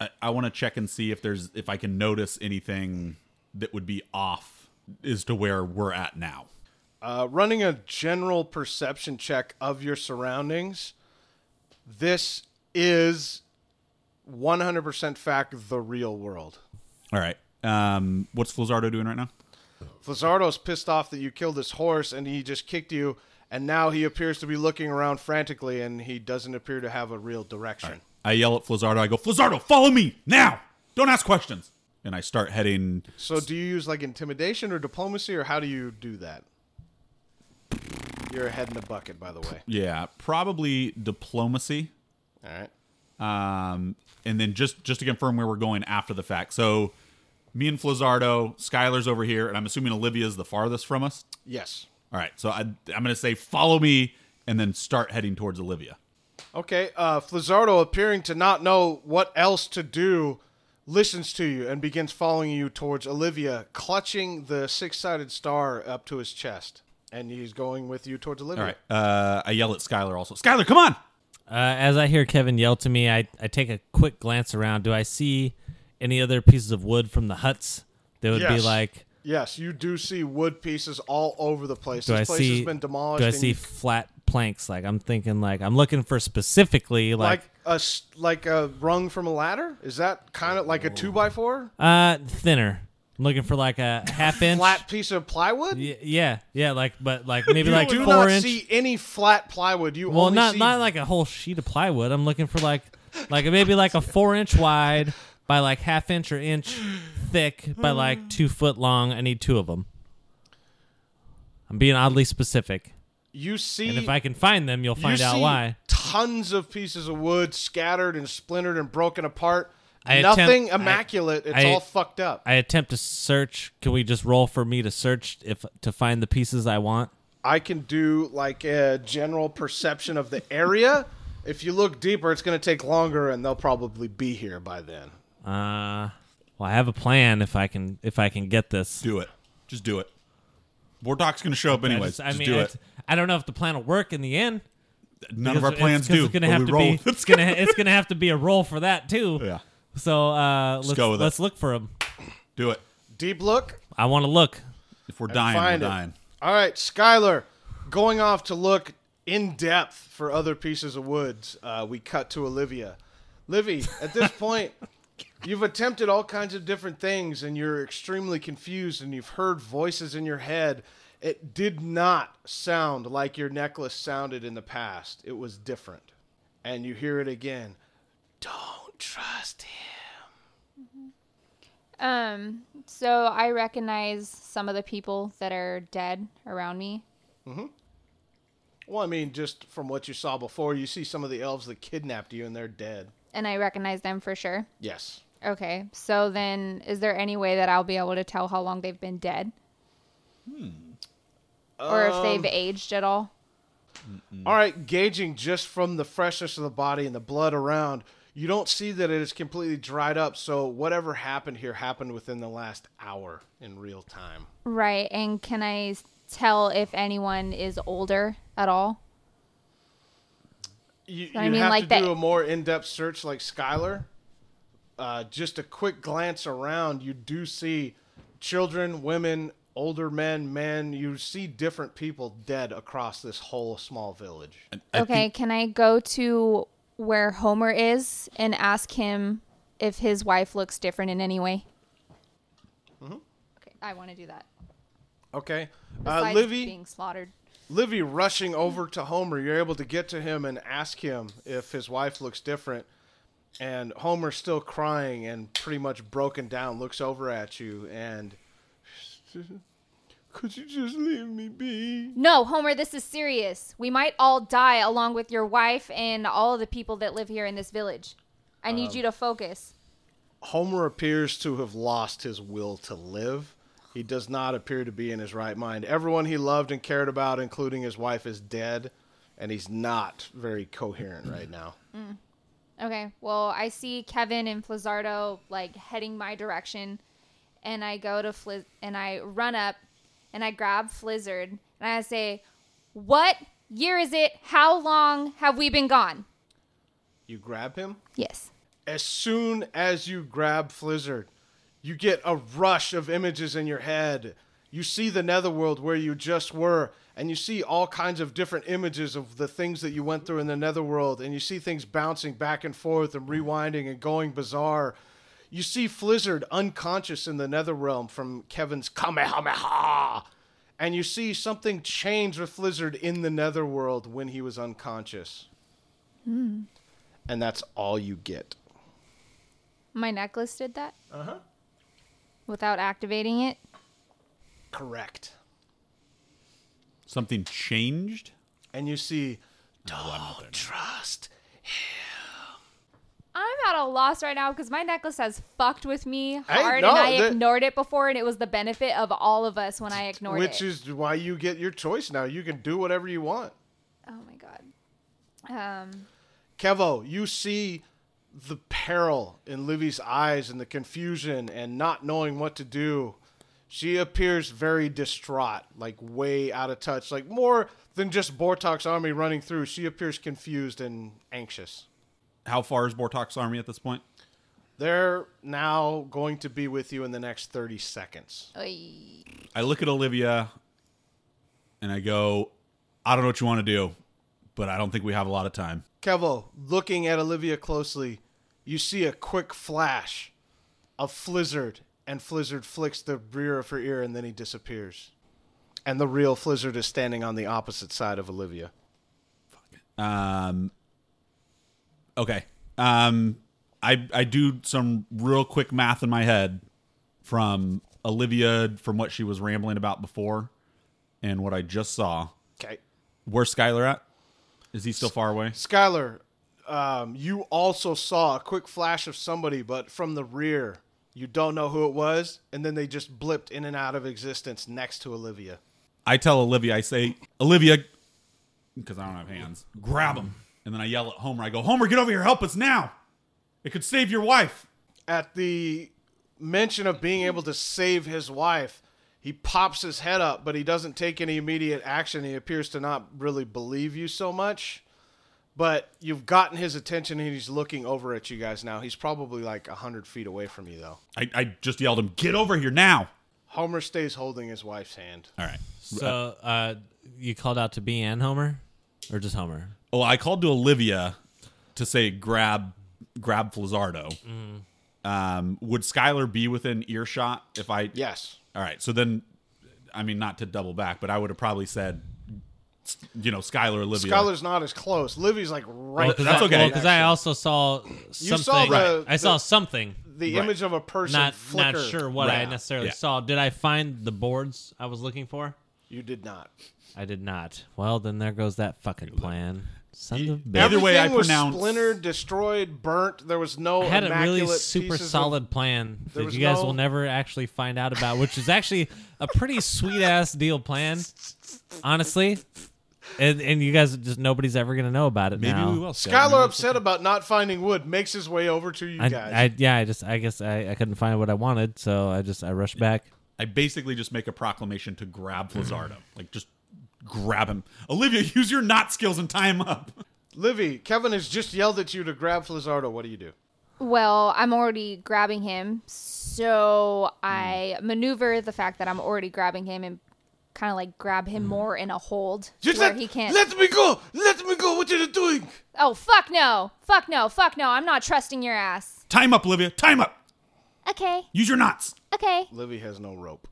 Speaker 2: I, I want to check and see if there's if I can notice anything that would be off as to where we're at now.
Speaker 4: Uh, running a general perception check of your surroundings, this is 100% fact the real world.
Speaker 2: All right. Um, what's Flizzardo doing right now?
Speaker 4: Flizzardo's pissed off that you killed his horse and he just kicked you, and now he appears to be looking around frantically and he doesn't appear to have a real direction.
Speaker 2: I yell at Flizzardo. I go, Flizzardo, follow me now. Don't ask questions. And I start heading.
Speaker 4: So, do you use like intimidation or diplomacy, or how do you do that? You're a head in a bucket, by the way.
Speaker 2: Yeah, probably diplomacy.
Speaker 4: All right.
Speaker 2: Um, and then just just to confirm where we're going after the fact. So, me and Flizzardo, Skylar's over here, and I'm assuming Olivia's the farthest from us.
Speaker 4: Yes.
Speaker 2: All right. So I, I'm going to say follow me, and then start heading towards Olivia.
Speaker 4: Okay, uh, Flizzardo, appearing to not know what else to do, listens to you and begins following you towards Olivia, clutching the six sided star up to his chest. And he's going with you towards Olivia.
Speaker 2: All right. Uh, I yell at Skylar also. Skylar, come on.
Speaker 1: Uh, as I hear Kevin yell to me, I, I take a quick glance around. Do I see any other pieces of wood from the huts that would
Speaker 4: Yes.
Speaker 1: be like?
Speaker 4: Yes, you do see wood pieces all over the place.
Speaker 1: Do
Speaker 4: this
Speaker 1: I
Speaker 4: place
Speaker 1: see?
Speaker 4: has been demolished.
Speaker 1: do I
Speaker 4: and
Speaker 1: see
Speaker 4: you-
Speaker 1: flat planks? Like I'm thinking, like I'm looking for specifically, like,
Speaker 4: like a s- like a rung from a ladder? Is that kind of like a two by four?
Speaker 1: uh thinner. I'm looking for like a half inch.
Speaker 4: Flat piece of plywood?
Speaker 1: Y- Yeah, yeah, like but like maybe like
Speaker 4: you do
Speaker 1: four
Speaker 4: not
Speaker 1: inch.
Speaker 4: see any flat plywood. You
Speaker 1: well,
Speaker 4: only
Speaker 1: not
Speaker 4: see
Speaker 1: not like a whole sheet of plywood. I'm looking for like like maybe like a four inch wide by like half inch or inch thick by like two foot long. I need two of them. I'm being oddly specific,
Speaker 4: you see.
Speaker 1: and if I can find them, you'll find
Speaker 4: you
Speaker 1: out
Speaker 4: see
Speaker 1: why.
Speaker 4: Tons of pieces of wood scattered and splintered and broken apart.
Speaker 1: I attempt-
Speaker 4: Nothing
Speaker 1: I-
Speaker 4: immaculate. it's
Speaker 1: I-
Speaker 4: all fucked up.
Speaker 1: I attempt to search. Can we just roll for me to search if to find the pieces I want?
Speaker 4: I can do like a general perception of the area. If you look deeper, it's going to take longer, and they'll probably be here by then.
Speaker 1: Uh, well, I have a plan. If I can, if I can get this.
Speaker 2: Do it. Just do it. Bortok's going to show up anyways.
Speaker 1: I
Speaker 2: Just,
Speaker 1: just- I mean,
Speaker 2: do
Speaker 1: it's-
Speaker 2: it.
Speaker 1: I don't know if the plan will work in the end.
Speaker 2: None of
Speaker 1: because
Speaker 2: our
Speaker 1: it's-
Speaker 2: plans
Speaker 1: 'cause
Speaker 2: do.
Speaker 1: It's gonna
Speaker 2: but
Speaker 1: have
Speaker 2: we
Speaker 1: to
Speaker 2: roll
Speaker 1: be.
Speaker 2: with it.
Speaker 1: It's gonna. It's gonna have to be a roll for that too.
Speaker 2: Yeah.
Speaker 1: So uh, let's
Speaker 2: go with it.
Speaker 1: let's look for him.
Speaker 2: Do it.
Speaker 4: Deep look,
Speaker 1: I want to look.
Speaker 2: If we're dying,
Speaker 4: find
Speaker 2: we're
Speaker 4: it.
Speaker 2: dying.
Speaker 4: All right, Skylar, going off to look in depth for other pieces of woods. Uh, we cut to Olivia. Livy, at this point, you've attempted all kinds of different things and you're extremely confused and you've heard voices in your head. It did not sound like your necklace sounded in the past, it was different. And you hear it again. Don't trust him.
Speaker 5: Um, so I recognize some of the people that are dead around me.
Speaker 4: Well, I mean, just from what you saw before, you see some of the elves that kidnapped you and they're dead.
Speaker 5: And I recognize them for sure.
Speaker 4: Yes.
Speaker 5: Okay. So then is there any way that I'll be able to tell how long they've been dead? Or if they've aged at all?
Speaker 4: All right, gauging just from the freshness of the body and the blood around, you don't see that it is completely dried up. So whatever happened here happened within the last hour in real time.
Speaker 5: Right. And can I s- tell if anyone is older at all?
Speaker 4: You, you
Speaker 5: I mean,
Speaker 4: have
Speaker 5: like
Speaker 4: to
Speaker 5: that-
Speaker 4: do a more in-depth search, like Skylar. Uh, just a quick glance around, you do see children, women, older men, men. You see different people dead across this whole small village.
Speaker 2: I
Speaker 5: okay. can I go to where Homer is and ask him if his wife looks different in any way?
Speaker 4: Mm-hmm.
Speaker 5: Okay. I want to do that.
Speaker 4: Okay, uh,
Speaker 5: Besides
Speaker 4: Livy.
Speaker 5: being slaughtered.
Speaker 4: Livy rushing over to Homer, you're able to get to him and ask him if his wife looks different. And Homer, still crying and pretty much broken down, looks over at you and. Could you just leave me be?
Speaker 5: No, Homer, this is serious. We might all die along with
Speaker 4: Um,
Speaker 5: your wife and all the people that live here in this village. I need you to focus.
Speaker 4: Homer appears to have lost his will to live. He does not appear to be in his right mind. Everyone he loved and cared about, including his wife, is dead, and he's not very coherent right now.
Speaker 5: Okay. Well, I see Kevin and Flizzardo like heading my direction, and I go to Fliz and I run up, and I grab Flizzard and I say, "What year is it? How long have we been gone?"
Speaker 4: You grab him.
Speaker 5: Yes.
Speaker 4: As soon as you grab Flizzard, you get a rush of images in your head. You see the netherworld where you just were, and you see all kinds of different images of the things that you went through in the netherworld, and you see things bouncing back and forth and rewinding and going bizarre. You see Flizzard unconscious in the netherrealm from Kevin's Kamehameha, and you see something change with Flizzard in the netherworld when he was unconscious. And that's all you get.
Speaker 5: My necklace did that. Uh huh.
Speaker 4: Uh-huh.
Speaker 5: Without activating it.
Speaker 4: Correct.
Speaker 2: Something changed.
Speaker 4: And you see, don't trust.
Speaker 5: I'm at a loss right now because my necklace has fucked with me
Speaker 4: Hey,
Speaker 5: hard,
Speaker 4: no,
Speaker 5: and I
Speaker 4: that-
Speaker 5: ignored it before, and it was the benefit of all of us when I ignored it.
Speaker 4: Which is why you get your choice now. You can do whatever you want.
Speaker 5: oh my god. Um,
Speaker 4: Kevo, you see the peril in Livy's eyes and the confusion and not knowing what to do. She appears very distraught, like way out of touch, like more than just Bortok's army running through. She appears confused and anxious.
Speaker 2: How far is Bortok's army at this point?
Speaker 4: They're now going to be with you in the next 30 seconds.
Speaker 5: oy.
Speaker 2: I look at Olivia and I go, I don't know what you want to do, but I don't think we have a lot of time.
Speaker 4: Kevo, looking at Olivia closely, you see a quick flash of Flizzard, and Flizzard flicks the rear of her ear and then he disappears. And the real Flizzard is standing on the opposite side of Olivia.
Speaker 2: Um, okay. Um, I I do some real quick math in my head from Olivia from what she was rambling about before and what I just saw.
Speaker 4: Okay.
Speaker 2: Where's Skylar at? Is he still far away?
Speaker 4: Skylar, um, you also saw a quick flash of somebody, but from the rear. You don't know who it was, and then they just blipped in and out of existence next to Olivia.
Speaker 2: I tell Olivia, I say, Olivia, because I don't have hands, grab him. And then I yell at Homer. I go, Homer, get over here. Help us now. It could save your wife.
Speaker 4: at the mention of being able to save his wife, he pops his head up, but he doesn't take any immediate action. He appears to not really believe you so much. But you've gotten his attention and he's looking over at you guys now. He's probably like 100 feet away from you, though.
Speaker 2: I, I just yelled at him, get over here now.
Speaker 4: Homer stays holding his wife's hand.
Speaker 2: All right.
Speaker 1: So uh, you called out to B and Homer, or just Homer?
Speaker 2: Well, Oh, I called to Olivia to say grab grab Flizzardo. Um, would Skylar be within earshot if I?
Speaker 4: Yes.
Speaker 2: All right. So then, I mean, not to double back, but I would have probably said, you know, Skylar, Olivia.
Speaker 4: Skylar's not as close. Livy's like right
Speaker 2: Well,
Speaker 4: there.
Speaker 2: that's okay.
Speaker 1: Because I also saw something.
Speaker 4: saw the-
Speaker 1: I saw
Speaker 4: the-
Speaker 1: something.
Speaker 4: The
Speaker 2: Right.
Speaker 4: image of a person
Speaker 1: Not
Speaker 4: flicker.
Speaker 1: not sure what I
Speaker 2: Right.
Speaker 1: necessarily
Speaker 2: Yeah.
Speaker 1: saw. Did I find the boards I was looking for?
Speaker 4: You did not.
Speaker 1: I did not. Well, then there goes that fucking plan. Son of a bitch.
Speaker 2: Either way, I
Speaker 4: Everything was
Speaker 2: pronounce-
Speaker 4: splintered, destroyed, burnt. There was no
Speaker 1: I had a really
Speaker 4: immaculate
Speaker 1: super
Speaker 4: pieces of-
Speaker 1: solid plan that
Speaker 4: was
Speaker 1: you guys
Speaker 4: no-
Speaker 1: will never actually find out about, which is actually a pretty sweet ass deal plan, honestly. And and you guys just nobody's ever gonna know about it
Speaker 2: Maybe
Speaker 1: now.
Speaker 2: we will.
Speaker 4: Skylar, upset about not finding wood, makes his way over to you
Speaker 1: I,
Speaker 4: guys.
Speaker 1: I yeah, I just I guess I, I couldn't find what I wanted, so I just I rushed back.
Speaker 2: I basically just make a proclamation to grab Flizzardo. like just grab him. Olivia, use your knot skills and tie him up.
Speaker 4: Livy, Kevin has just yelled at you to grab Flizzardo. What do you do?
Speaker 5: Well, I'm already grabbing him, so I maneuver the fact that I'm already grabbing him and kind of like grab him more in a hold to where he can't.
Speaker 4: me go! Let me go! What are you doing?
Speaker 5: oh fuck no! Fuck no! Fuck no! I'm not trusting your ass.
Speaker 2: Tie him up, Olivia. Tie him up.
Speaker 5: Okay.
Speaker 2: Use your knots.
Speaker 5: Okay.
Speaker 4: Livy has no rope.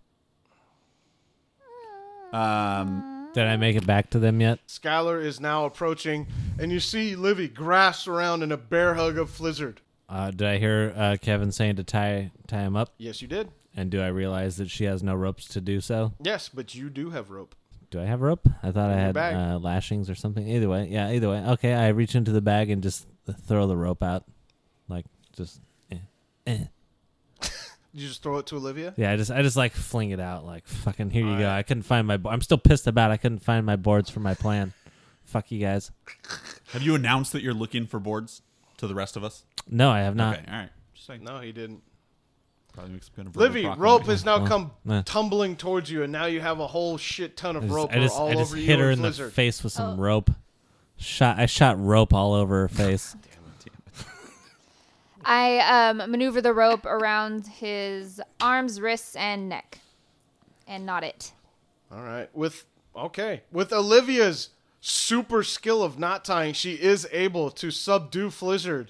Speaker 1: Did I make it back to them yet?
Speaker 4: Skylar is now approaching, and you see Livy grasps around in a bear hug of Flizzard.
Speaker 1: Uh, did I hear uh, Kevin saying to tie tie him up?
Speaker 4: Yes, you did.
Speaker 1: And do I realize that she has no ropes to do so?
Speaker 4: Yes, but you do have rope.
Speaker 1: Do I have rope? I thought I had
Speaker 4: bag.
Speaker 1: uh, lashings or something. Either way, yeah, either way. Okay, I reach into the bag and just throw the rope out, like just eh, eh,
Speaker 4: You just throw it to Olivia?
Speaker 1: Yeah, I just I just like fling it out like fucking here you go. I couldn't find my bo- I'm still pissed about I couldn't find my boards for my plan. Fuck you guys.
Speaker 2: Have you announced that you're looking for boards to the rest of us?
Speaker 1: No, I have not.
Speaker 2: okay, all right. Just saying.
Speaker 4: No, he didn't.
Speaker 2: Probably makes kind of verbal
Speaker 4: Livy, rope
Speaker 2: proclamation.
Speaker 4: has now come
Speaker 1: nah.
Speaker 4: tumbling towards you, and now you have a whole shit ton
Speaker 1: I
Speaker 4: of
Speaker 1: just,
Speaker 4: rope
Speaker 1: I just,
Speaker 4: all
Speaker 1: I just
Speaker 4: over
Speaker 1: hit
Speaker 4: you
Speaker 1: her
Speaker 4: and
Speaker 1: in the
Speaker 4: Blizzard.
Speaker 1: face with some
Speaker 5: Oh.
Speaker 1: rope. Shot I shot rope all over her face.
Speaker 5: I um, maneuver the rope around his arms, wrists, and neck, and knot it.
Speaker 4: All right. With okay. With Olivia's super skill of knot tying, she is able to subdue Flizzard,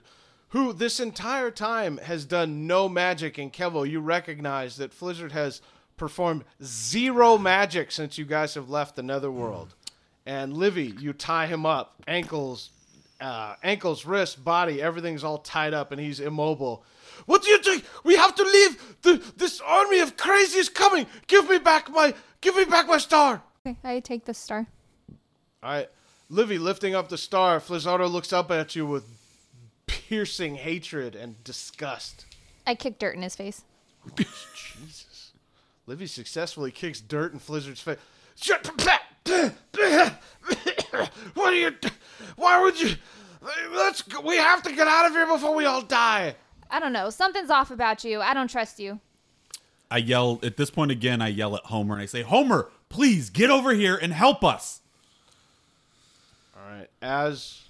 Speaker 4: who this entire time has done no magic. And Kevo, you recognize that Flizzard has performed zero magic since you guys have left the Netherworld. And Livy, you tie him up, ankles, uh, ankles, wrists, body, everything's all tied up, and he's immobile. What do you think? We have to leave. The, this army of crazy is coming. Give me back my, give me back my star.
Speaker 5: Okay, I take the star.
Speaker 4: All right, Livy, lifting up the star, Flizzardo looks up at you with piercing hatred and disgust.
Speaker 5: I kick dirt in his face.
Speaker 4: Jesus. Livy successfully kicks dirt in Flizzard's face. What are you? Why would you? Let's. go- We have to get out of here before we all die.
Speaker 5: I don't know. Something's off about you. I don't trust you.
Speaker 2: I yell at this point again. I yell at Homer and I say, "Homer, please get over here and help us."
Speaker 4: All right. As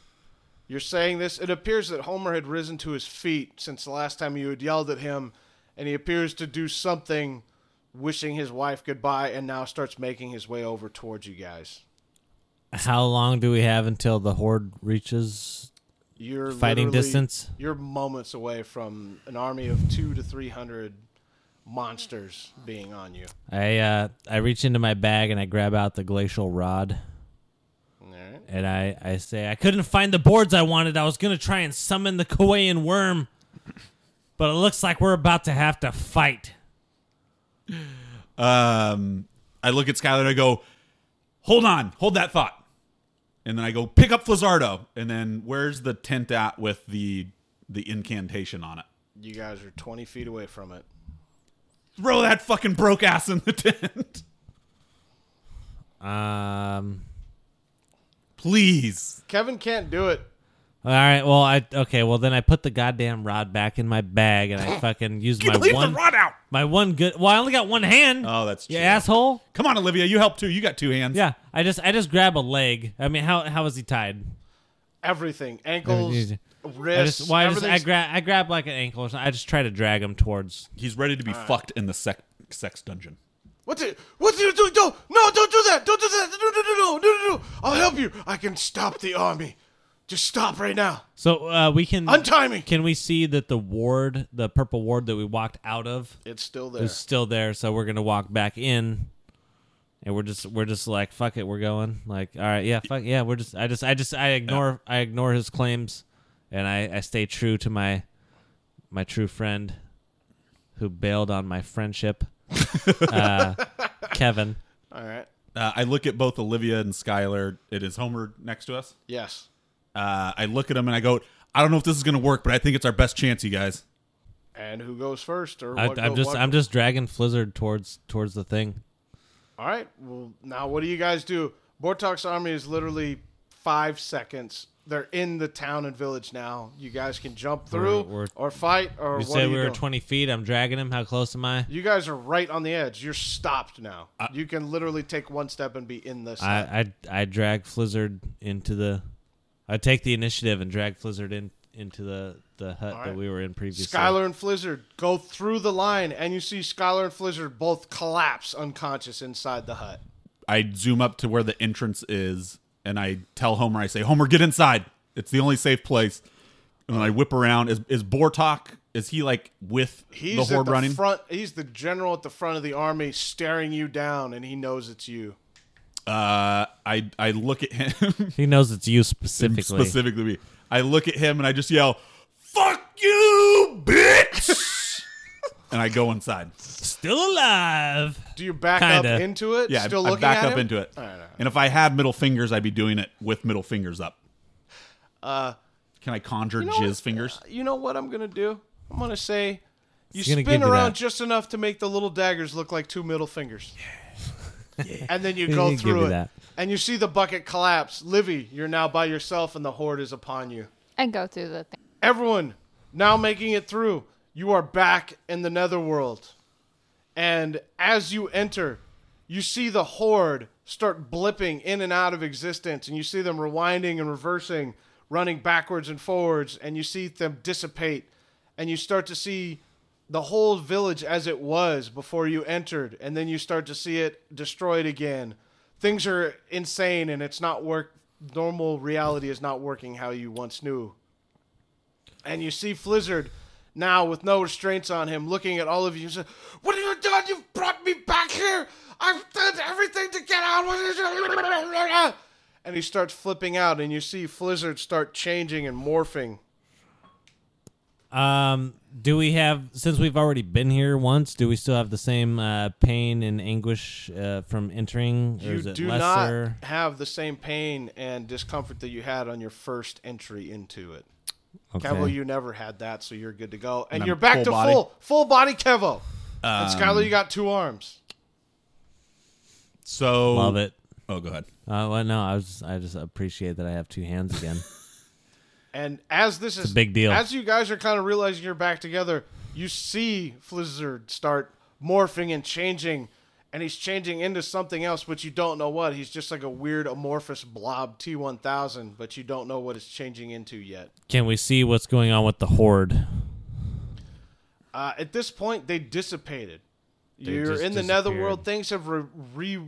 Speaker 4: you're saying this, it appears that Homer had risen to his feet since the last time you had yelled at him, and he appears to do something, wishing his wife goodbye, and now starts making his way over towards you guys.
Speaker 1: How long do we have until the horde reaches?
Speaker 4: You're
Speaker 1: Fighting
Speaker 4: literally-
Speaker 1: distance?
Speaker 4: You're moments away from an army of two to three hundred monsters being on you.
Speaker 1: I uh I reach into my bag and I grab out the glacial rod
Speaker 4: All right.
Speaker 1: and I I say I couldn't find the boards I wanted. I was going to try and summon the Kauaian worm, but it looks like we're about to have to fight.
Speaker 2: Um, I look at Skylar and I go, "Hold on, hold that thought." And then I go pick up Flizzardo. And then where's the tent at with the the incantation on it?
Speaker 4: You guys are twenty feet away from it.
Speaker 2: Throw that fucking broke ass in the tent,
Speaker 1: Um
Speaker 2: please.
Speaker 4: Kevin can't do it.
Speaker 1: All right. Well, I okay. Well, then I put the goddamn rod back in my bag and I fucking used my
Speaker 2: leave
Speaker 1: one
Speaker 2: the rod out.
Speaker 1: my one good. Well, I only got one hand.
Speaker 2: Oh, that's
Speaker 1: you
Speaker 2: true.
Speaker 1: asshole.
Speaker 2: Come on, Olivia, you help too. You got two hands.
Speaker 1: Yeah, I just I just grab a leg. I mean, how how is he tied?
Speaker 4: Everything, ankles,
Speaker 1: Everything. I
Speaker 4: wrists,
Speaker 1: just why I just I
Speaker 4: everything's-
Speaker 1: grab I grab like an ankle or something. I just try to drag him towards.
Speaker 2: He's ready to be fucked in the sex sex dungeon.
Speaker 4: What do, what do you do? No, no, don't do that. Don't do that. No, no, no, no, no, no, no. I'll help you. I can stop the army. Just stop right now.
Speaker 1: So uh, we can
Speaker 4: Untie me.
Speaker 1: Can we see that the ward, the purple ward that we walked out of,
Speaker 4: It's still there.
Speaker 1: is still there? So we're gonna walk back in, and we're just we're just like fuck it, we're going. Like all right, yeah, fuck yeah, we're just I just I just I ignore I ignore his claims, and I I stay true to my my true friend, who bailed on my friendship, uh, Kevin.
Speaker 4: All right.
Speaker 2: Uh, I look at both Olivia and Skylar. It is Homer next to us.
Speaker 4: Yes.
Speaker 2: Uh, I look at him and I go, I don't know if this is going to work, but I think it's our best chance, you guys.
Speaker 4: And who goes first? Or
Speaker 1: I,
Speaker 4: what
Speaker 1: I'm
Speaker 4: go-
Speaker 1: just
Speaker 4: what-
Speaker 1: I'm just dragging Flizzard towards towards the thing.
Speaker 4: All right. Well, now what do you guys do? Bortok's army is literally five seconds. They're in the town and village now. You guys can jump through
Speaker 1: we're-
Speaker 4: or fight or
Speaker 1: You
Speaker 4: what
Speaker 1: said
Speaker 4: are you
Speaker 1: we were
Speaker 4: doing?
Speaker 1: 20 feet. I'm dragging him. How close am I?
Speaker 4: You guys are right on the edge. You're stopped now. you can literally take one step and be in this.
Speaker 1: I I I drag Flizzard into the. I take the initiative and drag Flizzard in into the the hut
Speaker 4: Alright.
Speaker 1: that we were in previously.
Speaker 4: Skylar and Flizzard go through the line, and you see Skylar and Flizzard both collapse unconscious inside the hut.
Speaker 2: I zoom up to where the entrance is and I tell Homer, I say, Homer, get inside. It's the only safe place. And then I whip around. Is, is Bortok, is he like with
Speaker 4: He's
Speaker 2: the
Speaker 4: at
Speaker 2: horde
Speaker 4: the
Speaker 2: running?
Speaker 4: front. He's the general at the front of the army, staring you down, and he knows it's you.
Speaker 2: Uh, I, I look at him
Speaker 1: He knows it's you specifically.
Speaker 2: specifically. me. I look at him and I just yell, fuck you, bitch. and I go inside.
Speaker 1: Still alive.
Speaker 4: Do you back up
Speaker 1: Kinda.
Speaker 4: into it?
Speaker 2: Yeah,
Speaker 4: still
Speaker 2: I, I
Speaker 4: looking
Speaker 2: back
Speaker 4: at
Speaker 2: up
Speaker 4: him?
Speaker 2: into it.
Speaker 4: All right, all right.
Speaker 2: And if I had middle fingers, I'd be doing it with middle fingers up.
Speaker 4: Uh,
Speaker 2: Can I conjure
Speaker 4: you know
Speaker 2: jizz
Speaker 4: what- Uh,
Speaker 2: fingers?
Speaker 4: You know what I'm gonna do? I'm gonna say, You
Speaker 1: It's gonna
Speaker 4: spin
Speaker 1: give you
Speaker 4: around
Speaker 1: that.
Speaker 4: just enough to make the little daggers look like two middle fingers. And then you
Speaker 1: It's
Speaker 4: go
Speaker 1: gonna give
Speaker 4: through
Speaker 1: you
Speaker 4: it.
Speaker 1: that.
Speaker 4: And you see the bucket collapse. Livy, you're now by yourself and the horde is upon you.
Speaker 5: I go through the thing.
Speaker 4: Everyone, now making it through, you are back in the netherworld. And as you enter, you see the horde start blipping in and out of existence, and you see them rewinding and reversing, running backwards and forwards, and you see them dissipate, and you start to see the whole village as it was before you entered, and then you start to see it destroyed again. Things are insane, and it's not work. Normal reality is not working how you once knew and you see Flizzard now with no restraints on him, looking at all of you. Says, "What have you done? You've brought me back here. I've done everything to get out." What is it?" And he starts flipping out, and you see Flizzard start changing and morphing.
Speaker 1: Um, do we have since we've already been here once? Do we still have the same uh, pain and anguish uh, from entering, or
Speaker 4: You
Speaker 1: is it
Speaker 4: do
Speaker 1: lesser?
Speaker 4: not have the same pain and discomfort that you had on your first entry into it. Kevo, you never had that, so you're good to go, and,
Speaker 2: I'm
Speaker 4: you're back
Speaker 2: full
Speaker 4: to
Speaker 2: body.
Speaker 4: full full body Kevo. and Skylar, you got two arms.
Speaker 2: So
Speaker 1: love it.
Speaker 2: Oh, go ahead.
Speaker 1: Uh, well, no, I was just, I just appreciate that I have two hands again.
Speaker 4: And as this is
Speaker 1: a big deal.
Speaker 4: as you guys are kind of realizing you're back together, you see Flizzard start morphing and changing, and he's changing into something else, but you don't know what. He's just like a weird amorphous blob T1000, but you don't know what it's changing into yet.
Speaker 1: Can we see what's going on with the horde?
Speaker 4: Uh, at this point, they dissipated. You're
Speaker 1: just
Speaker 4: in the
Speaker 1: disappeared.
Speaker 4: netherworld. Things have re, re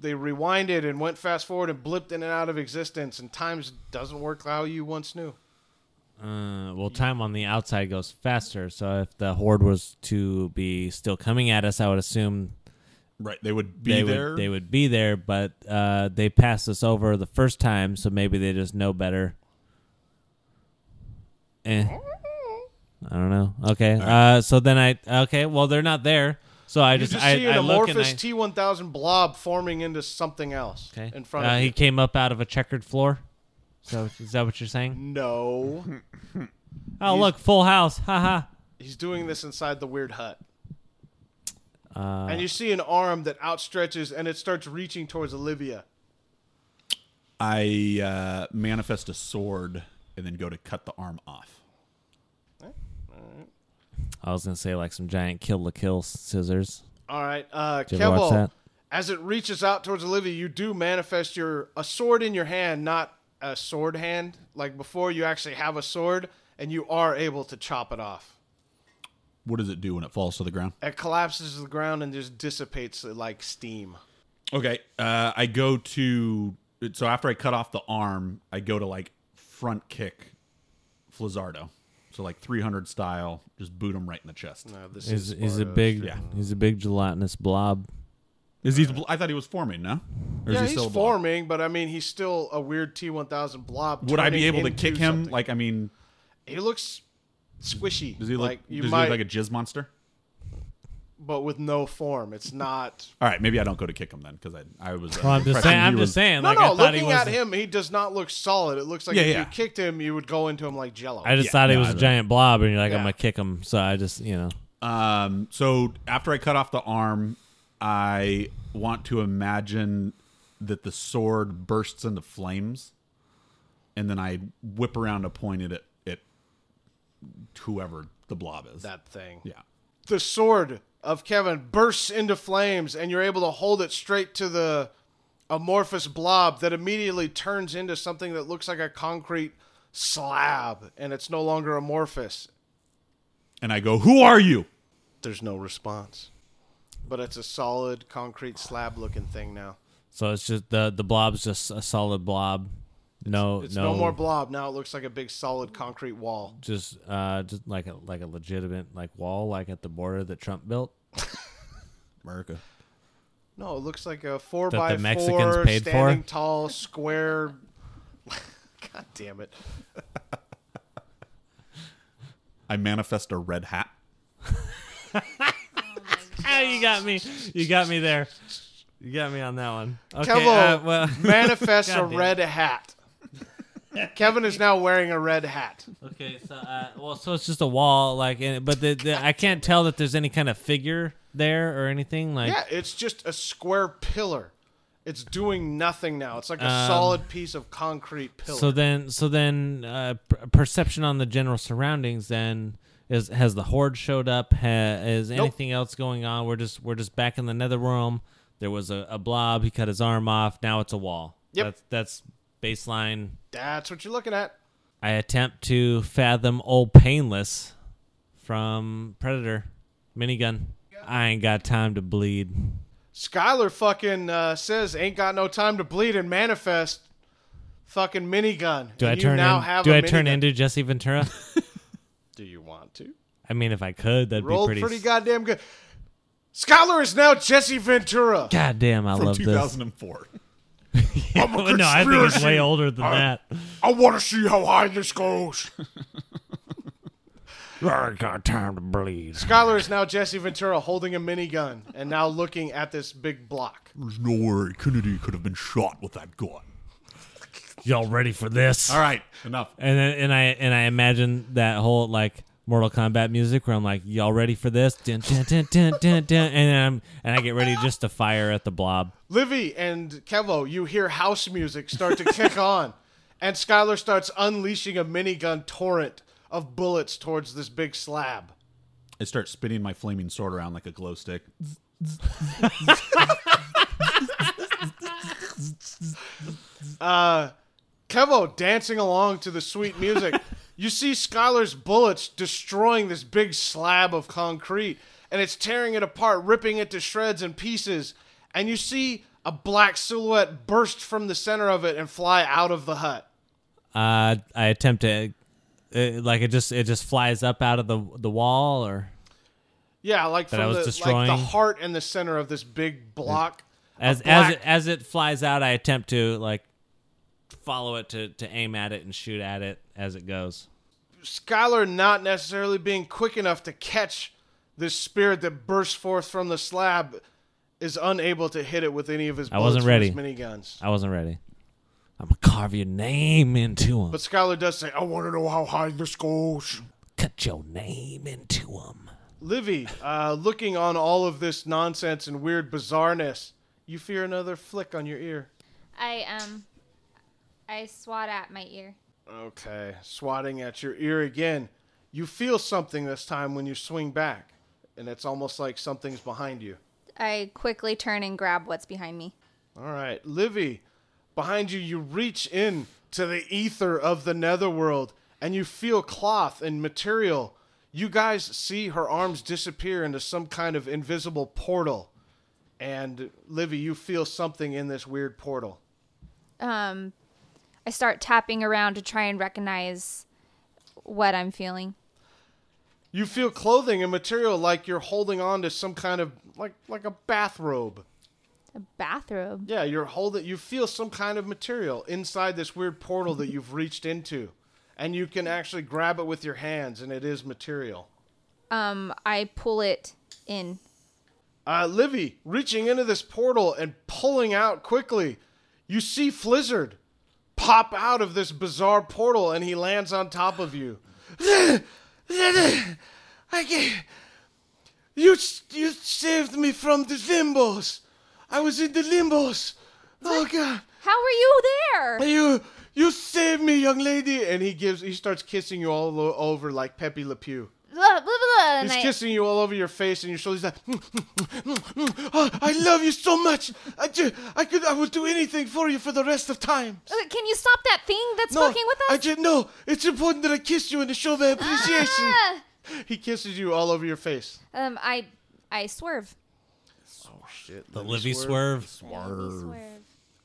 Speaker 4: they rewinded and went fast forward and blipped in and out of existence, and times doesn't work how you once knew.
Speaker 1: Uh, well, time on the outside goes faster, so if the horde was to be still coming at us, I would assume
Speaker 2: Right, they would be
Speaker 1: they
Speaker 2: there.
Speaker 1: would they would be there. But uh, they passed us over the first time, so maybe they just know better. Eh. I don't know. Okay, uh, so then I okay. Well, they're not there, so I
Speaker 4: You
Speaker 1: just,
Speaker 4: just
Speaker 1: I,
Speaker 4: see
Speaker 1: I
Speaker 4: an
Speaker 1: look and
Speaker 4: amorphous
Speaker 1: I-
Speaker 4: T1000 blob forming into something else
Speaker 1: okay.
Speaker 4: in front
Speaker 1: uh,
Speaker 4: of
Speaker 1: he
Speaker 4: you.
Speaker 1: came up out of a checkered floor. So is that what you're saying?
Speaker 4: Mm, No,
Speaker 1: Oh, look, Full House. Haha.
Speaker 4: he's doing this inside the weird hut.
Speaker 1: Uh,
Speaker 4: and you see an arm that outstretches and it starts reaching towards Olivia.
Speaker 2: I uh, manifest a sword and then go to cut the arm off.
Speaker 1: I was gonna say like some giant kill the kill scissors.
Speaker 4: All right, uh,
Speaker 1: you ever watch
Speaker 4: Kevo,
Speaker 1: that?
Speaker 4: as it reaches out towards Olivia, you do manifest your a sword in your hand, not a sword hand. Like before, you actually have a sword and you are able to chop it off.
Speaker 2: What does it do when it falls to the ground?
Speaker 4: It collapses to the ground and just dissipates like steam.
Speaker 2: Okay, uh, I go to so after I cut off the arm, I go to like front kick, Flizzardo, so like 300 style, just boot him right in the chest.
Speaker 4: Uh, this
Speaker 1: He's,
Speaker 4: is
Speaker 1: he's a
Speaker 4: Sparta.
Speaker 1: big
Speaker 2: Yeah.
Speaker 1: he's a big gelatinous blob.
Speaker 2: Is he? I thought he was forming, no? Or
Speaker 4: yeah,
Speaker 2: is he
Speaker 4: he's
Speaker 2: still a blob?
Speaker 4: forming, but I mean, he's still a weird T1000 blob.
Speaker 2: Would I be
Speaker 4: turning
Speaker 2: able to
Speaker 4: into
Speaker 2: kick him?
Speaker 4: something.
Speaker 2: Like, I mean,
Speaker 4: he looks squishy.
Speaker 2: does he look?
Speaker 4: like
Speaker 2: does
Speaker 4: you
Speaker 2: he
Speaker 4: might,
Speaker 2: look like a jizz monster?
Speaker 4: but with no form? It's not.
Speaker 2: All right, maybe I don't go to kick him then because I, I was. Uh,
Speaker 1: Well, I'm just
Speaker 2: impressing
Speaker 1: saying. I'm
Speaker 2: you
Speaker 1: just
Speaker 2: as-
Speaker 1: saying. Like,
Speaker 4: no,
Speaker 1: I
Speaker 4: no.
Speaker 1: thought he
Speaker 4: Looking at
Speaker 1: was,
Speaker 4: him, he does not look solid. It looks like
Speaker 2: Yeah,
Speaker 4: if
Speaker 2: yeah.
Speaker 4: you kicked him, you would go into him like Jello.
Speaker 1: I just
Speaker 2: Yeah,
Speaker 1: thought he
Speaker 2: no,
Speaker 1: was
Speaker 2: I
Speaker 1: a
Speaker 2: don't-
Speaker 1: giant blob, and you're like,
Speaker 4: Yeah.
Speaker 1: I'm gonna kick him. So I just, you know,
Speaker 2: Um, so after I cut off the arm, I want to imagine that the sword bursts into flames, and then I whip around a point at it at whoever the blob is.
Speaker 4: that thing.
Speaker 2: yeah.
Speaker 4: The sword of Kevin bursts into flames, and you're able to hold it straight to the amorphous blob that immediately turns into something that looks like a concrete slab, and it's no longer amorphous.
Speaker 2: And I go, "Who are you?"
Speaker 4: There's no response. But it's a solid concrete slab looking thing now.
Speaker 1: so it's just the the blob's just a solid blob. No,
Speaker 4: It's
Speaker 1: no,
Speaker 4: no, more blob. Now it looks like a big solid concrete wall.
Speaker 1: Just, uh, just like a like a legitimate like wall, like at the border that Trump built.
Speaker 2: America.
Speaker 4: No, it looks like a four
Speaker 1: That
Speaker 4: by
Speaker 1: the Mexicans
Speaker 4: four
Speaker 1: paid for?
Speaker 4: standing tall square. God damn it!
Speaker 2: I manifest a red hat.
Speaker 1: Ah, you got me. You got me there. You got me on that one. Okay.
Speaker 4: Kevo
Speaker 1: uh, well,
Speaker 4: manifests
Speaker 1: God
Speaker 4: a
Speaker 1: damn it.
Speaker 4: red hat. Kevin is now wearing a red hat.
Speaker 1: Okay, so uh, well, so it's just a wall, like, and, but the, the, I can't tell that there's any kind of figure there or anything. Like,
Speaker 4: Yeah, it's just a square pillar. It's doing nothing now. It's like a
Speaker 1: Um,
Speaker 4: solid piece of concrete pillar.
Speaker 1: so then, so then, uh, per- perception on the general surroundings. Then is has the horde showed up? Ha- is anything else going on? We're just we're just back in the nether realm. There was a, a blob. He cut his arm off. Now it's a wall.
Speaker 4: Yep.
Speaker 1: That's that's baseline.
Speaker 4: That's what you're looking at.
Speaker 1: I attempt to fathom old painless from Predator minigun. I ain't got time to bleed.
Speaker 4: Skylar fucking uh, says, "Ain't got no time to bleed and manifest." Fucking minigun.
Speaker 1: Do
Speaker 4: and
Speaker 1: I
Speaker 4: you
Speaker 1: turn
Speaker 4: now
Speaker 1: in,
Speaker 4: have
Speaker 1: Do
Speaker 4: a
Speaker 1: I turn
Speaker 4: minigun.
Speaker 1: into Jesse Ventura?
Speaker 4: Do you want to?
Speaker 1: I mean, if I could, that'd
Speaker 4: Rolled
Speaker 1: be pretty.
Speaker 4: pretty, goddamn good. Skylar is now Jesse Ventura.
Speaker 1: God damn, I
Speaker 2: from
Speaker 1: love this.
Speaker 2: 2004.
Speaker 4: I'm a
Speaker 1: no, I think it's
Speaker 4: conspiracy.
Speaker 1: way older than that.
Speaker 4: I want to see how high this goes.
Speaker 1: I ain't got time to bleed.
Speaker 4: Skylar is now Jesse Ventura holding a minigun and now looking at this big block.
Speaker 2: There's no way Kennedy could have been shot with that gun.
Speaker 1: Y'all ready for this?
Speaker 2: All right, enough.
Speaker 1: And then, and I and I imagine that whole like Mortal Kombat music where I'm like, y'all ready for this? Dun, dun, dun, dun, dun, dun, and I'm and I get ready just to fire at the blob.
Speaker 4: Livy and Kevo, you hear house music start to kick on, and Skylar starts unleashing a minigun torrent of bullets towards this big slab.
Speaker 2: I start spinning my flaming sword around like a glow stick.
Speaker 4: Kevo dancing along to the sweet music. you see Skylar's bullets destroying this big slab of concrete, and it's tearing it apart, ripping it to shreds and pieces. And you see a black silhouette burst from the center of it and fly out of the hut.
Speaker 1: Uh, I attempt to, uh, like it just it just flies up out of the the wall or
Speaker 4: Yeah, like
Speaker 1: I
Speaker 4: from
Speaker 1: was
Speaker 4: the, like
Speaker 1: destroying?
Speaker 4: the heart and the center of this big block.
Speaker 1: as as
Speaker 4: black-
Speaker 1: it, as it flies out, I attempt to like follow it to to aim at it and shoot at it as it goes.
Speaker 4: Skylar not necessarily being quick enough to catch this spirit that bursts forth from the slab is unable to hit it with any of his bullets
Speaker 1: wasn't ready.
Speaker 4: From his miniguns.
Speaker 1: I wasn't ready. I'm gonna carve your name into him.
Speaker 4: But Skylar does say, I want to know how high this goes.
Speaker 1: Cut your name into him.
Speaker 4: Livy, uh, looking on all of this nonsense and weird bizarreness, you fear another flick on your ear.
Speaker 5: I um, I swat at my ear.
Speaker 4: Okay, swatting at your ear again. You feel something this time when you swing back, and it's almost like something's behind you.
Speaker 5: I quickly turn and grab what's behind me.
Speaker 4: All right, Livy, behind you, you reach in to the ether of the netherworld and you feel cloth and material. You guys see her arms disappear into some kind of invisible portal. And Livy, you feel something in this weird portal.
Speaker 5: Um, I start tapping around to try and recognize what I'm feeling.
Speaker 4: You feel clothing and material like you're holding on to some kind of like like a bathrobe.
Speaker 5: A bathrobe.
Speaker 4: Yeah, you're holding. You feel some kind of material inside this weird portal that you've reached into, and you can actually grab it with your hands, and it is material.
Speaker 5: Um, I pull it in.
Speaker 4: Uh, Livy reaching into this portal and pulling out quickly. You see Flizzard pop out of this bizarre portal, and he lands on top of you. I can't. You you saved me from the limbos. I was in the limbos. Oh God.
Speaker 5: How were you there?
Speaker 4: You you saved me, young lady. And he gives he starts kissing you all o- over like Pepe Le Pew.
Speaker 5: Blah, blah, blah, and
Speaker 4: He's
Speaker 5: I-
Speaker 4: kissing you all over your face and your shoulders. He's like, "Mm, "Oh, I love you so much. I, ju- I could I would do anything for you for the rest of time.
Speaker 5: Uh, Can you stop that thing that's fucking with us?
Speaker 4: I ju- no, it's important that I kiss you and to show my appreciation.
Speaker 5: Ah!
Speaker 4: He kisses you all over your face.
Speaker 5: Um, I I swerve.
Speaker 4: Shit,
Speaker 1: The Livy swerve.
Speaker 2: Swerve.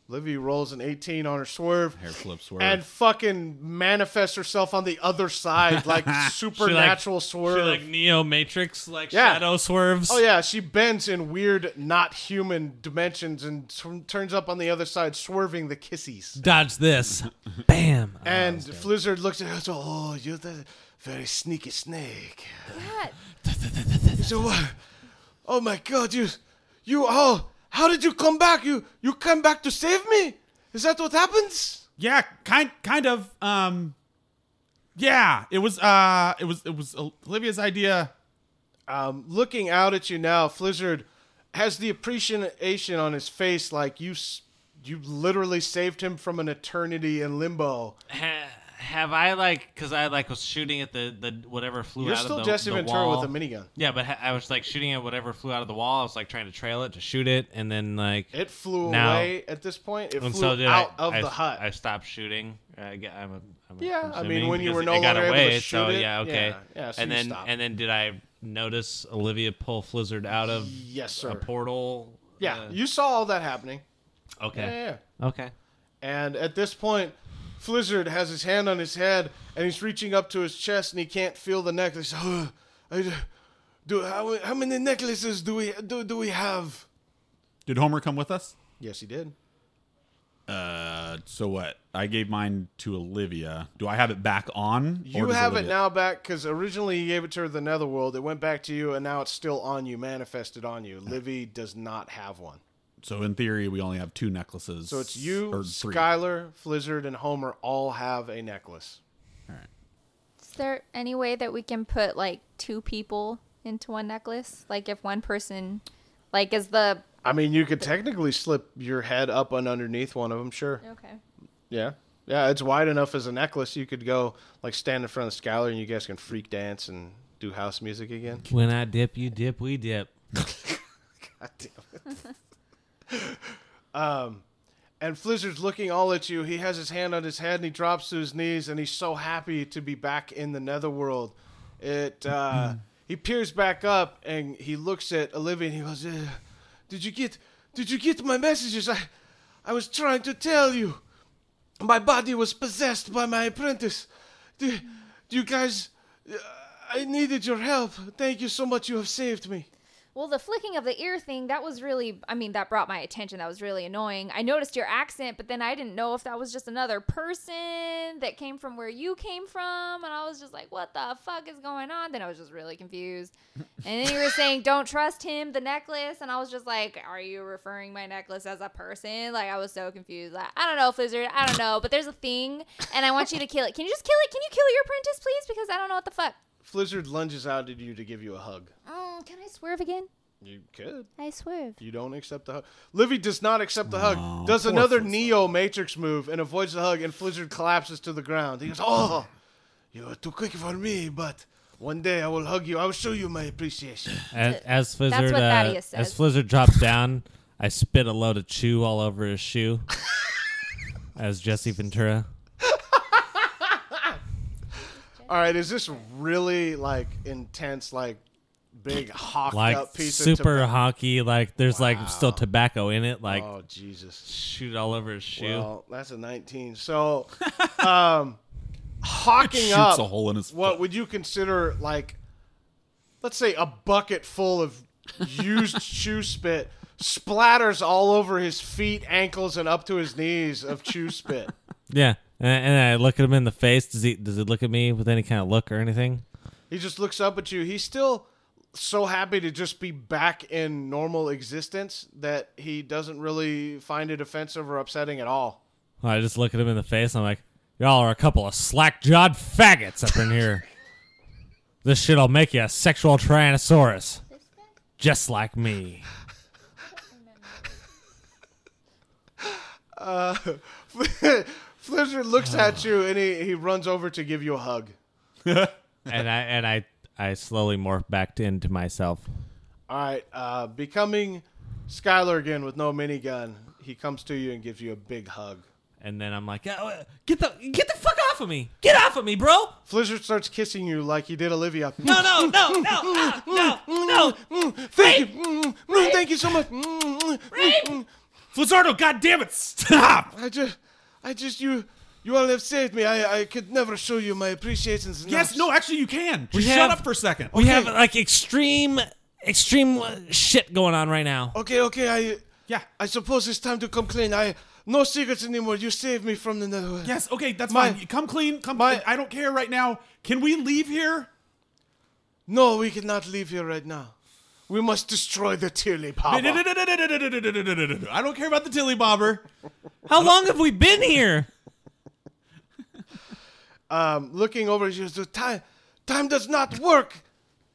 Speaker 4: Livy rolls an 18 on her swerve.
Speaker 2: Hair flip swerve.
Speaker 4: And fucking manifests herself on the other side like supernatural swerve.
Speaker 1: Neo Matrix like
Speaker 4: Yeah. shadow
Speaker 1: swerves.
Speaker 4: Oh yeah, she bends in weird, not human dimensions and t- turns up on the other side, swerving the kisses.
Speaker 1: Dodge this. Bam.
Speaker 4: And Flizzard looks at her. so, Oh, you're the very sneaky snake.
Speaker 5: Yeah.
Speaker 4: So what? Oh my God, you, you all. How did you come back? You you come back to save me? Is that what happens?
Speaker 2: Yeah, kind kind of. Um, yeah, it was uh, it was it was Olivia's idea.
Speaker 4: Um, looking out at you now, Flizzard has the appreciation on his face, like you, s- you literally saved him from an eternity in limbo.
Speaker 3: Ha- have I like because I like was shooting at the the whatever flew
Speaker 4: You're
Speaker 3: out
Speaker 4: still
Speaker 3: of the,
Speaker 4: Jesse
Speaker 3: the
Speaker 4: Ventura
Speaker 3: wall.
Speaker 4: with a minigun.
Speaker 3: Yeah, but ha- I was like shooting at whatever flew out of the wall. I was like trying to trail it to shoot it, and then like
Speaker 4: It flew
Speaker 3: Now-
Speaker 4: away at this point. It flew
Speaker 3: and so did
Speaker 4: out
Speaker 3: I,
Speaker 4: of
Speaker 3: I-
Speaker 4: the hut.
Speaker 3: I stopped shooting. I, ge- I'm a, I'm
Speaker 4: Yeah, I mean,
Speaker 3: assuming,
Speaker 4: when you
Speaker 3: because
Speaker 4: were no
Speaker 3: it got
Speaker 4: longer able to
Speaker 3: away, so
Speaker 4: shoot it,
Speaker 3: yeah, okay.
Speaker 4: yeah, yeah, so
Speaker 3: and
Speaker 4: you
Speaker 3: then
Speaker 4: stopped.
Speaker 3: and then did I notice Olivia pull Flizzard out of
Speaker 4: yes, sir.
Speaker 3: a portal?
Speaker 4: yeah,
Speaker 3: Uh,
Speaker 4: you saw all that happening. Yeah,
Speaker 3: okay.
Speaker 4: yeah, yeah.
Speaker 3: Okay.
Speaker 4: And at this point, Flizzard has his hand on his head and he's reaching up to his chest and he can't feel the necklace. Oh, I d- do how, how many necklaces do we do, do we have?
Speaker 2: Did Homer come with us?
Speaker 4: Yes, he did.
Speaker 2: Uh, so what? I gave mine to Olivia. Do I have it back on?
Speaker 4: You have it now back because originally you gave it to her the Netherworld. It went back to you, and now it's still on you, manifested on you. Livy does not have one,
Speaker 2: So in theory, we only have two necklaces.
Speaker 4: so it's you,
Speaker 2: or three.
Speaker 4: Skylar, Flizzard, and Homer all have a necklace.
Speaker 5: Is there any way that we can put like two people into one necklace? Like if one person, like is the
Speaker 4: I mean, you could technically slip your head up and underneath one of them, sure.
Speaker 5: okay.
Speaker 4: Yeah. Yeah, it's wide enough as a necklace. You could go like stand in front of Skylar and you guys can freak dance and do house music again.
Speaker 1: When I dip, you dip, we dip.
Speaker 4: God damn it. um, and Flizzard's looking all at you. He has his hand on his head and he drops to his knees and he's so happy to be back in the netherworld. It uh, he peers back up and he looks at Olivia and he goes, "Uh, "Did you get? Did you get my messages? I, I was trying to tell you. My body was possessed by my apprentice. Do, do you guys? uh, I needed your help. Thank you so much. You have saved me."
Speaker 5: Well, the flicking of the ear thing that was really, I mean, that brought my attention. That was really annoying. I noticed your accent, but then I didn't know if that was just another person that came from where you came from, and I was just like, "What the fuck is going on?" Then I was just really confused. And then you were saying, "Don't trust him," the necklace, and I was just like, "Are you referring my necklace as a person?" Like I was so confused. Like I don't know, Flizzard. I don't know, but there's a thing, and I want you to kill it. Can you just kill it? Can you kill your apprentice, please? Because I don't know what the fuck.
Speaker 4: Flizzard lunges out at you to give you a hug.
Speaker 5: Mm, can I swerve again?
Speaker 4: You could.
Speaker 5: I swerve.
Speaker 4: You don't accept the hug. Livy does not accept the hug. Does
Speaker 2: poor
Speaker 4: another
Speaker 2: Flizzard.
Speaker 4: Neo Matrix move and avoids the hug, and Flizzard collapses to the ground. He goes, "Oh, you are too quick for me, but one day I will hug you. I will show you my appreciation."
Speaker 1: As, as Flizzard,
Speaker 5: what
Speaker 1: uh,
Speaker 5: Thaddeus
Speaker 1: as
Speaker 5: says.
Speaker 1: Flizzard drops down, I spit a load of chew all over his shoe. as Jesse Ventura.
Speaker 4: All right, is this really like intense, like big hawked
Speaker 1: like
Speaker 4: up piece
Speaker 1: super
Speaker 4: of?
Speaker 1: honky like there's like still tobacco in it like
Speaker 4: Oh Jesus.
Speaker 3: Shoot it all over his shoe.
Speaker 4: Well, that's a 19. So, um, hawking
Speaker 2: Shoots
Speaker 4: up
Speaker 2: a hole in his
Speaker 4: what
Speaker 2: foot.
Speaker 4: would you consider like, let's say, a bucket full of used chew spit splatters all over his feet, ankles, and up to his knees of chew spit.
Speaker 1: yeah and, and i look at him in the face does he does he look at me with any kind of look or anything
Speaker 4: He just looks up at you. He's still so happy to just be back in normal existence that he doesn't really find it offensive or upsetting at all.
Speaker 1: i just look at him in the face i'm like y'all are a couple of slack-jawed faggots up in here this shit'll make you a sexual tyrannosaurus just like me
Speaker 4: Flizzard looks at you and he, he runs over to give you a hug.
Speaker 1: and i and i i slowly morph back to, into myself
Speaker 4: All right, uh, becoming Skylar again with no minigun. He comes to you and gives you a big hug.
Speaker 1: and then i'm like "Oh, uh, get the get the fuck off of me get off of me bro
Speaker 4: Flizzard starts kissing you like he did Olivia.
Speaker 1: no no no no no no, no.
Speaker 4: Thank you, Mm, mm, thank you so much. Mm, mm, mm.
Speaker 2: Flizzardo, goddamn it, stop!
Speaker 4: I just, I just you, you all have saved me. I, I could never show you my appreciations.
Speaker 2: Yes, no, actually, you can. Just
Speaker 1: have-
Speaker 2: shut up for a second.
Speaker 4: Oh,
Speaker 1: We have like extreme, extreme uh, shit going on right now.
Speaker 4: Okay, okay. I,
Speaker 2: yeah.
Speaker 4: I suppose it's time to come clean. I, no secrets anymore. You saved me from the netherworld.
Speaker 2: Yes, okay, that's
Speaker 4: My-
Speaker 2: fine. Come clean. Come.
Speaker 4: my-
Speaker 2: I don't care right now. Can we leave here?
Speaker 4: No, we cannot leave here right now. We must destroy the Tearly
Speaker 2: I
Speaker 4: power.
Speaker 2: don't care about the Tilly Bobber.
Speaker 1: How long have we been here?
Speaker 4: um, looking over. She goes, "Time, time does not work,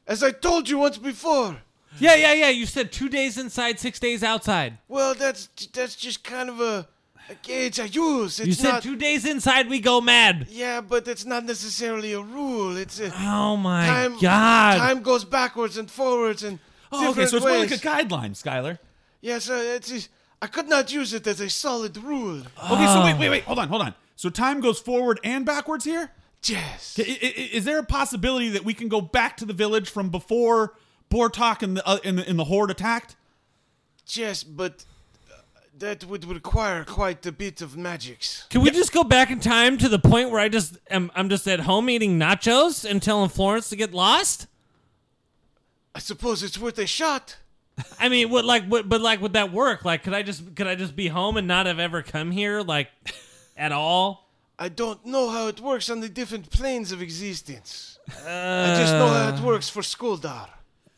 Speaker 4: as I told you once before."
Speaker 1: Yeah, yeah, yeah. You said two days inside, six days outside.
Speaker 4: Well, that's that's just kind of a, a gauge I use. It's
Speaker 1: You said
Speaker 4: not,
Speaker 1: two days inside, we go mad.
Speaker 4: Yeah, but it's not necessarily a rule. It's a
Speaker 1: Oh my
Speaker 4: time.
Speaker 1: god.
Speaker 4: Time goes backwards and forwards and
Speaker 2: Oh, okay,
Speaker 4: different
Speaker 2: so it's more
Speaker 4: ways.
Speaker 2: like a guideline, Skylar.
Speaker 4: Yes, uh, it's. it's- I could not use it as a solid rule.
Speaker 2: Okay, so wait, wait, wait. Hold on, hold on. So time goes forward and backwards here?
Speaker 4: Yes.
Speaker 2: I- I- I- Is there a possibility that we can go back to the village from before Bortok and the, uh, and the, and the horde attacked?
Speaker 4: Yes, but uh, that would require quite a bit of magics.
Speaker 1: Can we just go back in time to the point where I just am I'm just at home eating nachos and telling Florence to get lost?
Speaker 4: I suppose it's worth a shot.
Speaker 1: I mean, what like what but like would that work? Like could I just could I just be home and not have ever come here like at all?
Speaker 4: I don't know how it works on the different planes of existence. I just know how it works for Skuldar.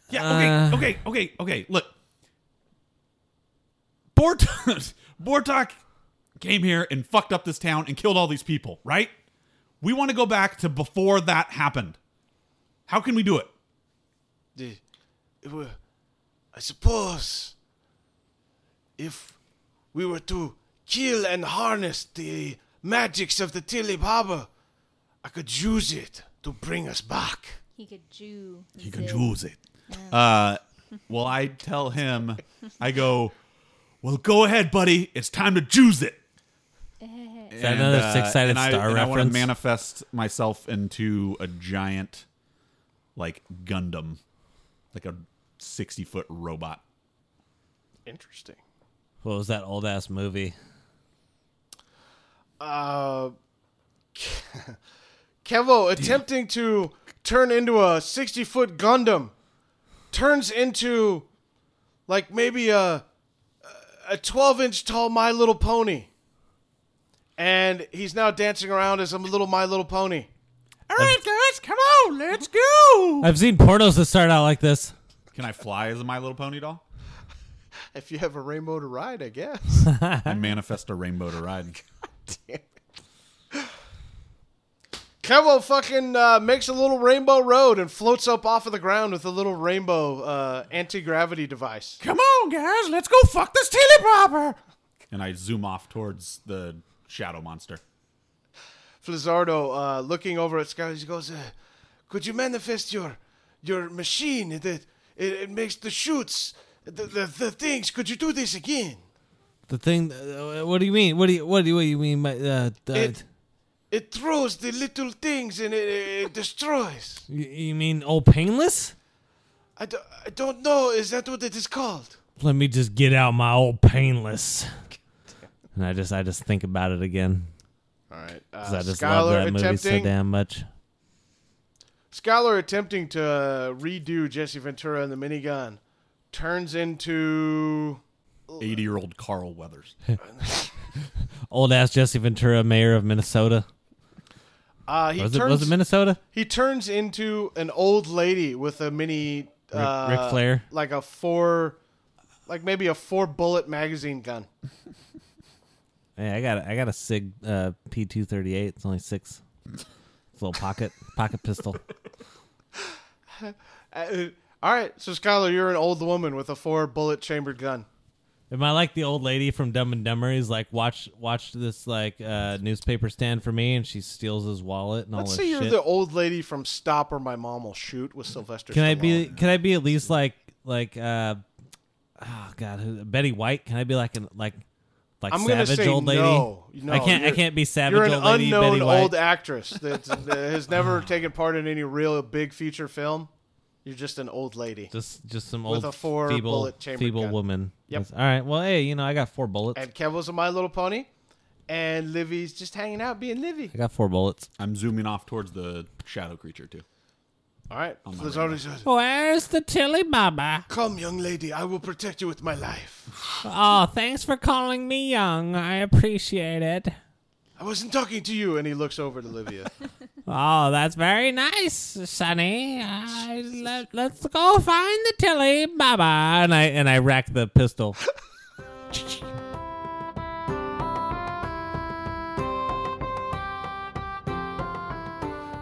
Speaker 2: Yeah, okay, okay, okay, okay. Look. Bortok, Bortok came here and fucked up this town and killed all these people, right? We want to go back to before that happened. How can we do it?
Speaker 4: The, it were- I suppose if we were to kill and harness the magics of the Tilib Harbor, I could use it to bring us back.
Speaker 5: He could Jew.
Speaker 2: You can choose it. Uh, well, I tell him, I go, well, go ahead, buddy. It's time to juice it.
Speaker 1: Is that another six-sided
Speaker 2: and I,
Speaker 1: star
Speaker 2: and I want to
Speaker 1: reference?
Speaker 2: manifest myself into a giant, like Gundam, like a sixty-foot robot.
Speaker 4: Interesting.
Speaker 1: What was that old ass movie?
Speaker 4: Uh, Kevo attempting to turn into a 60 foot Gundam turns into like maybe a a 12 inch tall My Little Pony. And he's now dancing around as a little My Little Pony.
Speaker 2: All right, guys, come on, let's go.
Speaker 1: I've seen pornos that start out like this.
Speaker 2: Can I fly as a My Little Pony doll?
Speaker 4: If you have a rainbow to ride, I guess.
Speaker 2: I manifest a rainbow to ride.
Speaker 4: Kevo fucking uh, makes a little rainbow road and floats up off of the ground with a little rainbow uh, anti gravity device.
Speaker 2: Come on, guys, let's go fuck this teleprompter. And I zoom off towards the shadow monster.
Speaker 4: Flizzardo, uh, looking over at Skylar, he goes, uh, "Could you manifest your your machine that it, it makes the shoots, the, the the things? Could you do this again?
Speaker 1: The thing. Uh, what do you mean? What do you what do you, what do you mean by uh, the,
Speaker 4: It- It throws the little things and it, it, it destroys.
Speaker 1: you, you mean old painless?
Speaker 4: I, do, I don't know. Is that what it is called?
Speaker 1: Let me just get out my old painless. And I just I just think about it again
Speaker 4: All right, uh,
Speaker 1: 'cause I just love that movie so damn much.
Speaker 4: Scholar attempting to uh, redo Jesse Ventura and the minigun turns into
Speaker 2: Eighty-year-old Carl Weathers.
Speaker 1: Old ass Jesse Ventura, mayor of Minnesota.
Speaker 4: uh, he
Speaker 1: Was it was it Minnesota?
Speaker 4: He turns into an old lady with a mini uh,
Speaker 1: Ric Flair?
Speaker 4: like a four, like maybe a four bullet magazine gun.
Speaker 1: Hey, I got a, I got a Sig uh, P two thirty eight. It's only six. It's a little pocket pocket pistol.
Speaker 4: Uh, uh, all right, so Skylar, you're an old woman with a four bullet chambered gun.
Speaker 1: Am I like the old lady from Dumb and Dumber? He's like, watch watch this like uh, newspaper stand for me, and she steals his wallet and
Speaker 4: Let's
Speaker 1: all
Speaker 4: say
Speaker 1: this
Speaker 4: you're
Speaker 1: shit.
Speaker 4: the old lady from Stop or My Mom Will Shoot with Sylvester.
Speaker 1: can I be
Speaker 4: Stallone.
Speaker 1: can I be at least like like uh oh god who, Betty White? Can I be like an like like
Speaker 4: I'm gonna
Speaker 1: savage
Speaker 4: say
Speaker 1: old lady?
Speaker 4: no. No,
Speaker 1: I can't I
Speaker 4: you're-
Speaker 1: can't be savage
Speaker 4: You're an
Speaker 1: old lady
Speaker 4: unknown
Speaker 1: Betty White.
Speaker 4: old actress that, that has never taken part in any real big feature film. You're just an old lady.
Speaker 1: just just some
Speaker 4: with
Speaker 1: old
Speaker 4: a four
Speaker 1: feeble
Speaker 4: bullet chambered
Speaker 1: feeble
Speaker 4: gun.
Speaker 1: woman.
Speaker 4: Yep.
Speaker 1: All right. Well, hey, you know I got four bullets.
Speaker 4: And Kevo's a My Little Pony, and Livy's just hanging out being Livy.
Speaker 1: I got four bullets.
Speaker 2: I'm zooming off towards the shadow creature too.
Speaker 4: All right.
Speaker 2: my
Speaker 4: Flizzardo
Speaker 2: radar.
Speaker 1: Oh,
Speaker 4: says,
Speaker 1: Where's the Tilly Mama?
Speaker 4: Come, young lady, I will protect you with my life.
Speaker 1: Oh, thanks for calling me young. I appreciate it.
Speaker 4: I wasn't talking to you. And he looks over at Olivia.
Speaker 1: Oh, that's very nice, Sonny. I, let, let's go find the Tilly Mama. And I and I rack the pistol.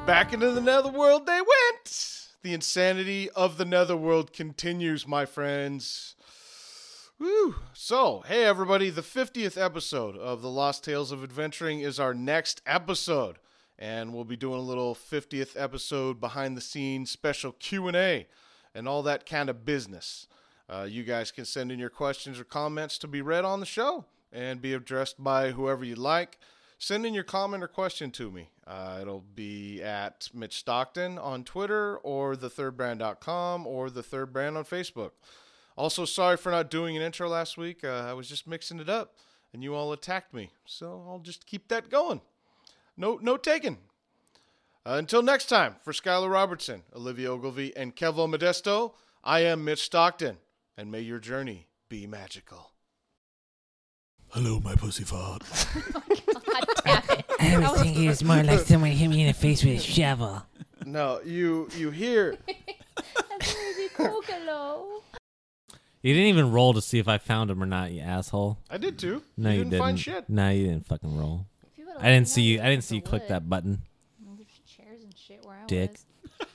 Speaker 4: Back into the netherworld they went. The insanity of the netherworld continues, my friends. Woo. So, hey everybody, the 50th episode of the Lost Tales of Adventuring is our next episode, and we'll be doing a little 50th episode behind the scenes special Q&A and all that kind of business. Uh, you guys can send in your questions or comments to be read on the show and be addressed by whoever you like. Send in your comment or question to me. Uh, it'll be at Mitch Stockton on Twitter or thethirdbrand.com or the third brand on Facebook. Also, sorry for not doing an intro last week. Uh, I was just mixing it up, and you all attacked me. So I'll just keep that going. No, no taking. Uh, until next time, for Skylar Robertson, Olivia Ogilvy, and Kevlo Modesto, I am Mitch Stockton, and may your journey be magical.
Speaker 2: Hello, my pussy fart.
Speaker 5: God damn it.
Speaker 6: I was thinking it was more like someone hit me in the face with a shovel.
Speaker 4: No, you you hear
Speaker 5: That's gonna be Kokolo.
Speaker 1: You didn't even roll to see if I found him or not, you asshole.
Speaker 4: I did too.
Speaker 1: No,
Speaker 4: you,
Speaker 1: you,
Speaker 4: didn't, find shit.
Speaker 1: No, you didn't fucking roll.
Speaker 5: If you would've
Speaker 1: I didn't
Speaker 5: let
Speaker 1: see
Speaker 5: me
Speaker 1: you.
Speaker 5: know
Speaker 1: I didn't see you
Speaker 5: would.
Speaker 1: click that button.
Speaker 5: There's chairs and shit where I
Speaker 1: Dick.
Speaker 5: was.